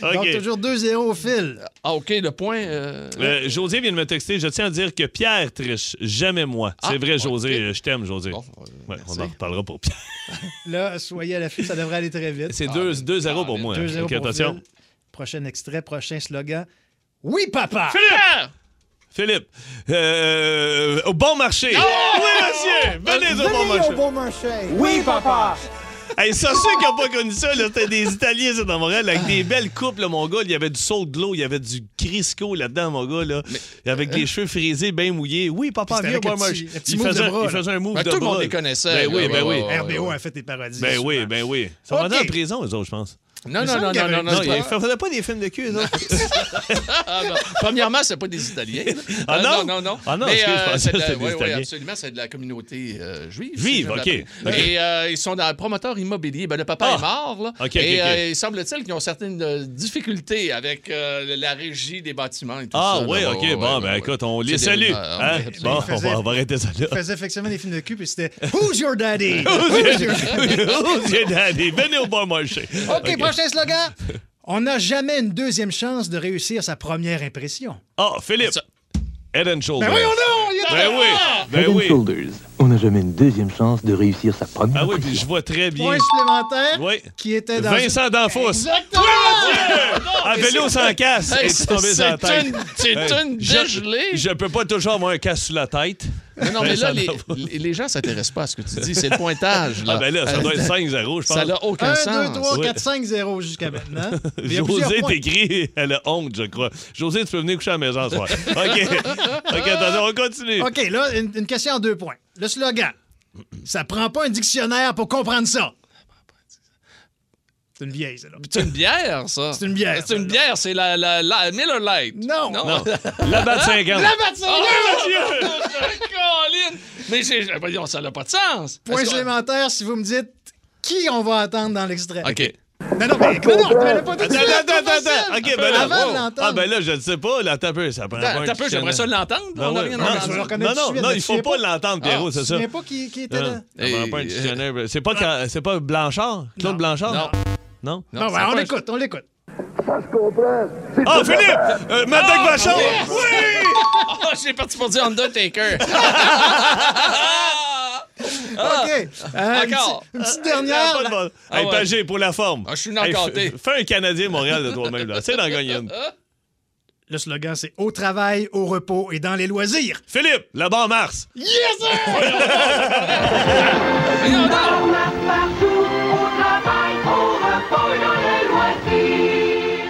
Speaker 11: Donc,
Speaker 2: OK.
Speaker 11: toujours 2-0 au fil.
Speaker 1: Ah, OK, le point. euh,
Speaker 2: Euh, José vient de me texter. Je tiens à dire que Pierre triche, jamais moi. C'est
Speaker 1: Ah,
Speaker 2: vrai,
Speaker 1: ok.
Speaker 2: José. euh, Je t'aime, José.
Speaker 1: Bon, euh,
Speaker 2: Ouais,
Speaker 1: merci.
Speaker 2: on en reparlera pour Pierre.
Speaker 11: Là, soyez à l'affût, ça devrait aller très
Speaker 2: [laughs]
Speaker 11: vite.
Speaker 2: C'est 2-0 pour moi.
Speaker 11: 2-0
Speaker 2: Ah, OK,
Speaker 11: pour
Speaker 2: attention.
Speaker 11: Phil. Prochain extrait, prochain slogan. Oui, papa!
Speaker 1: Pierre!
Speaker 2: Philippe, euh, au bon marché. Oui, monsieur. Venez au bon marché.
Speaker 3: Oui, papa!
Speaker 2: Hey, ça, ceux qui n'ont pas connu ça, là, c'était des Italiens, ça, dans Montréal, avec des belles coupes, là, mon gars. Il y avait du saut de l'eau, il y avait du Crisco là-dedans, mon gars, là.
Speaker 1: euh,
Speaker 2: avec des cheveux frisés, bien mouillés. Oui, papa,
Speaker 11: Puis
Speaker 2: viens au
Speaker 11: c'était avec
Speaker 2: bon
Speaker 11: un
Speaker 2: marché.
Speaker 11: petit- un petit
Speaker 2: Il
Speaker 11: move
Speaker 2: faisait,
Speaker 11: de bras,
Speaker 2: il
Speaker 11: là.
Speaker 2: faisait un move
Speaker 1: Ben,
Speaker 2: de
Speaker 1: tout le
Speaker 2: bras.
Speaker 1: monde les connaissait.
Speaker 2: Ben oui,
Speaker 1: là, ouais,
Speaker 2: ben oui.
Speaker 1: ouais, ouais,
Speaker 11: RBO
Speaker 1: ouais.
Speaker 11: a fait des parodies.
Speaker 2: Ben
Speaker 11: souvent.
Speaker 2: oui, ben oui. Ça
Speaker 11: OK.
Speaker 2: va en prison, eux autres, je pense.
Speaker 11: Il
Speaker 1: Non,
Speaker 11: me
Speaker 1: non,
Speaker 11: semble
Speaker 1: non,
Speaker 11: qu'il y
Speaker 1: non,
Speaker 11: avait
Speaker 1: non,
Speaker 11: un
Speaker 1: non.
Speaker 2: Non,
Speaker 1: c'est
Speaker 2: ils ne
Speaker 1: pas-
Speaker 2: faisaient pas des films de cul,
Speaker 1: [laughs]
Speaker 2: eux autres.
Speaker 1: Ah, ben, Premièrement, c'est pas des Italiens.
Speaker 2: [laughs] Ah,
Speaker 1: Euh,
Speaker 2: non?
Speaker 1: non, non.
Speaker 2: Ah, non,
Speaker 1: Mais,
Speaker 2: excuse, je
Speaker 1: euh,
Speaker 2: pensais
Speaker 1: c'est de
Speaker 2: que
Speaker 1: la-
Speaker 2: c'était des
Speaker 1: oui, oui,
Speaker 2: Italiens.
Speaker 1: absolument, c'est de la communauté euh, juive. si
Speaker 2: Juive,
Speaker 1: je
Speaker 2: OK,
Speaker 1: l'appelle.
Speaker 2: OK.
Speaker 1: Et euh, ils sont dans le promoteur immobilier. Ben, le papa
Speaker 2: Ah.
Speaker 1: est mort, là.
Speaker 2: OK, OK,
Speaker 1: et
Speaker 2: OK.
Speaker 1: euh, il semble-t-il qu'ils ont certaines euh, difficultés avec euh, la régie des bâtiments et tout
Speaker 2: Ah
Speaker 1: ça.
Speaker 2: oui,
Speaker 1: là.
Speaker 2: OK.
Speaker 1: Ouais,
Speaker 2: bon,
Speaker 1: ouais,
Speaker 2: ben
Speaker 1: ouais,
Speaker 2: écoute,
Speaker 1: ouais.
Speaker 2: on
Speaker 1: C'est
Speaker 2: les
Speaker 1: des euh,
Speaker 2: salue.
Speaker 1: rumeurs,
Speaker 2: Hein?
Speaker 1: ouais,
Speaker 2: Bon,
Speaker 11: absolument.
Speaker 2: on va, on va arrêter ça là.
Speaker 11: Il faisait effectivement des films de cul, puis c'était Who's your
Speaker 2: [laughs]
Speaker 11: daddy?
Speaker 2: Oh, c'est daddy. Venez au bon marché.
Speaker 11: [laughs] OK, prochain slogan. On n'a jamais une deuxième chance de réussir sa première impression.
Speaker 2: Ah, Philippe.
Speaker 1: Ça- Ah!
Speaker 2: Head and shoulders.
Speaker 11: Ben oui, on a! il y a-
Speaker 2: Ben oui, ben oui.
Speaker 6: Shoulders. On n'a jamais une deuxième chance de réussir sa première.
Speaker 2: Ah oui, puis je vois très bien.
Speaker 11: Point supplémentaire
Speaker 2: Oui.
Speaker 11: qui était dans...
Speaker 2: Vincent Danfous.
Speaker 11: Exactement!
Speaker 2: À vélo sans casse.
Speaker 1: Hey,
Speaker 2: Et tu
Speaker 1: c'est-
Speaker 2: tombé sur la
Speaker 1: c'est
Speaker 2: tête.
Speaker 1: une- c'est
Speaker 2: Hey,
Speaker 1: une
Speaker 2: je-
Speaker 1: dégelée.
Speaker 2: Je peux pas toujours avoir un casse sur la tête.
Speaker 1: Non, non, mais là,
Speaker 2: Vincent
Speaker 1: les,
Speaker 2: Danfous.
Speaker 1: les- les gens ne s'intéressent pas à ce que tu dis. C'est le pointage. Là.
Speaker 2: Ah ben là, ça
Speaker 1: Euh,
Speaker 2: doit être 5-0, je pense.
Speaker 1: ça n'a aucun
Speaker 11: 1, 2,
Speaker 1: sens.
Speaker 11: 3,
Speaker 2: Oui.
Speaker 11: 4, 5, 0 jusqu'à
Speaker 2: [laughs]
Speaker 11: maintenant. Il y a plusieurs
Speaker 2: José
Speaker 11: points.
Speaker 2: t'écrit, elle a honte, je crois. José, tu peux venir coucher à la maison
Speaker 1: [laughs]
Speaker 2: ce soir. OK. OK, attends, on continue.
Speaker 11: [laughs] OK, là, une, une question en deux points. Le slogan. Ça prend pas un dictionnaire pour comprendre ça. C'est une vieille, celle-là.
Speaker 1: C'est une bière, ça.
Speaker 11: C'est une bière,
Speaker 1: C'est une
Speaker 11: ça,
Speaker 1: bière, c'est la, la, la Miller Lite.
Speaker 11: Non.
Speaker 1: [laughs]
Speaker 2: Non. La batte 50.
Speaker 11: La bâtisse!
Speaker 2: Ah!
Speaker 1: Colin! Mais j'ai- j'ai- voyons, ça n'a pas de sens.
Speaker 11: Point
Speaker 1: Est-ce qu'on-
Speaker 11: supplémentaire si vous me dites qui on va attendre dans l'extrait.
Speaker 1: OK.
Speaker 11: Non, non, mais, mais non, tu fallait pas tout de suite, c'est
Speaker 2: Attends, attends, attends,
Speaker 11: pas
Speaker 2: attends.
Speaker 11: possible.
Speaker 2: OK, ben là.
Speaker 11: Avant
Speaker 2: oh.
Speaker 11: de l'entendre.
Speaker 2: Ah, ben là, je ne sais pas. Là, t'as peu, ça prend pas
Speaker 1: Attends,
Speaker 2: un
Speaker 1: T'as peu, j'aimerais ça l'entendre.
Speaker 2: Ben
Speaker 1: on n'a
Speaker 2: ouais.
Speaker 1: rien
Speaker 2: Non,
Speaker 11: tu vas le
Speaker 1: entendu.
Speaker 11: reconnaître tout de
Speaker 2: Non, non,
Speaker 11: suite,
Speaker 2: non,
Speaker 11: là,
Speaker 2: il
Speaker 11: tu
Speaker 2: faut
Speaker 11: sais
Speaker 2: pas
Speaker 11: pas.
Speaker 2: l'entendre, Pierrot,
Speaker 11: Je
Speaker 2: c'est
Speaker 11: ne
Speaker 2: ça.
Speaker 11: souviens pas qui, qui était
Speaker 2: Hein,
Speaker 11: là.
Speaker 2: ça prend
Speaker 1: Et- euh,
Speaker 2: pas un dictionnaire. C'est pas, quand- c'est pas Blanchard? Claude Blanchard?
Speaker 1: Non.
Speaker 2: Non?
Speaker 11: Non, ben, on l'écoute, on l'écoute.
Speaker 2: Ah, Philippe! Euh, Madame Vachon!
Speaker 1: Ah, [laughs] j'ai parti pour dire
Speaker 2: [laughs]
Speaker 1: Undertaker.
Speaker 11: OK. Euh, une
Speaker 1: Encore.
Speaker 11: petite- Une petite
Speaker 2: Ah,
Speaker 11: dernière.
Speaker 2: pas de
Speaker 11: là.
Speaker 2: bon.
Speaker 1: Ah
Speaker 2: Hey,
Speaker 1: ouais.
Speaker 2: Pagé, pour la forme.
Speaker 1: Ah, je suis une encanté.
Speaker 2: f- Fais un Canadien Montréal de toi-même, là. C'est dans Gagnane.
Speaker 11: Le slogan, c'est au travail, au repos et dans les loisirs.
Speaker 2: Philippe, le bon Mars.
Speaker 11: Yes, sir!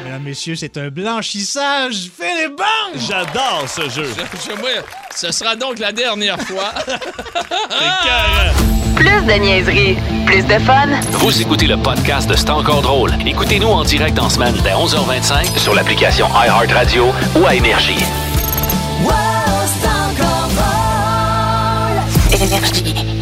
Speaker 11: Mesdames, messieurs, c'est un blanchissage. Philippe Bang!
Speaker 2: J'adore ce jeu.
Speaker 12: [laughs] Moi, ce sera donc la dernière fois. [laughs]
Speaker 1: Ah!
Speaker 8: Plus de niaiserie, plus de fun.
Speaker 1: Vous écoutez le podcast de C'est encore drôle. Écoutez-nous en direct en semaine dès 11h25 sur l'application iHeartRadio ou à Énergie.
Speaker 4: Wow, c'est encore drôle.
Speaker 8: Énergie.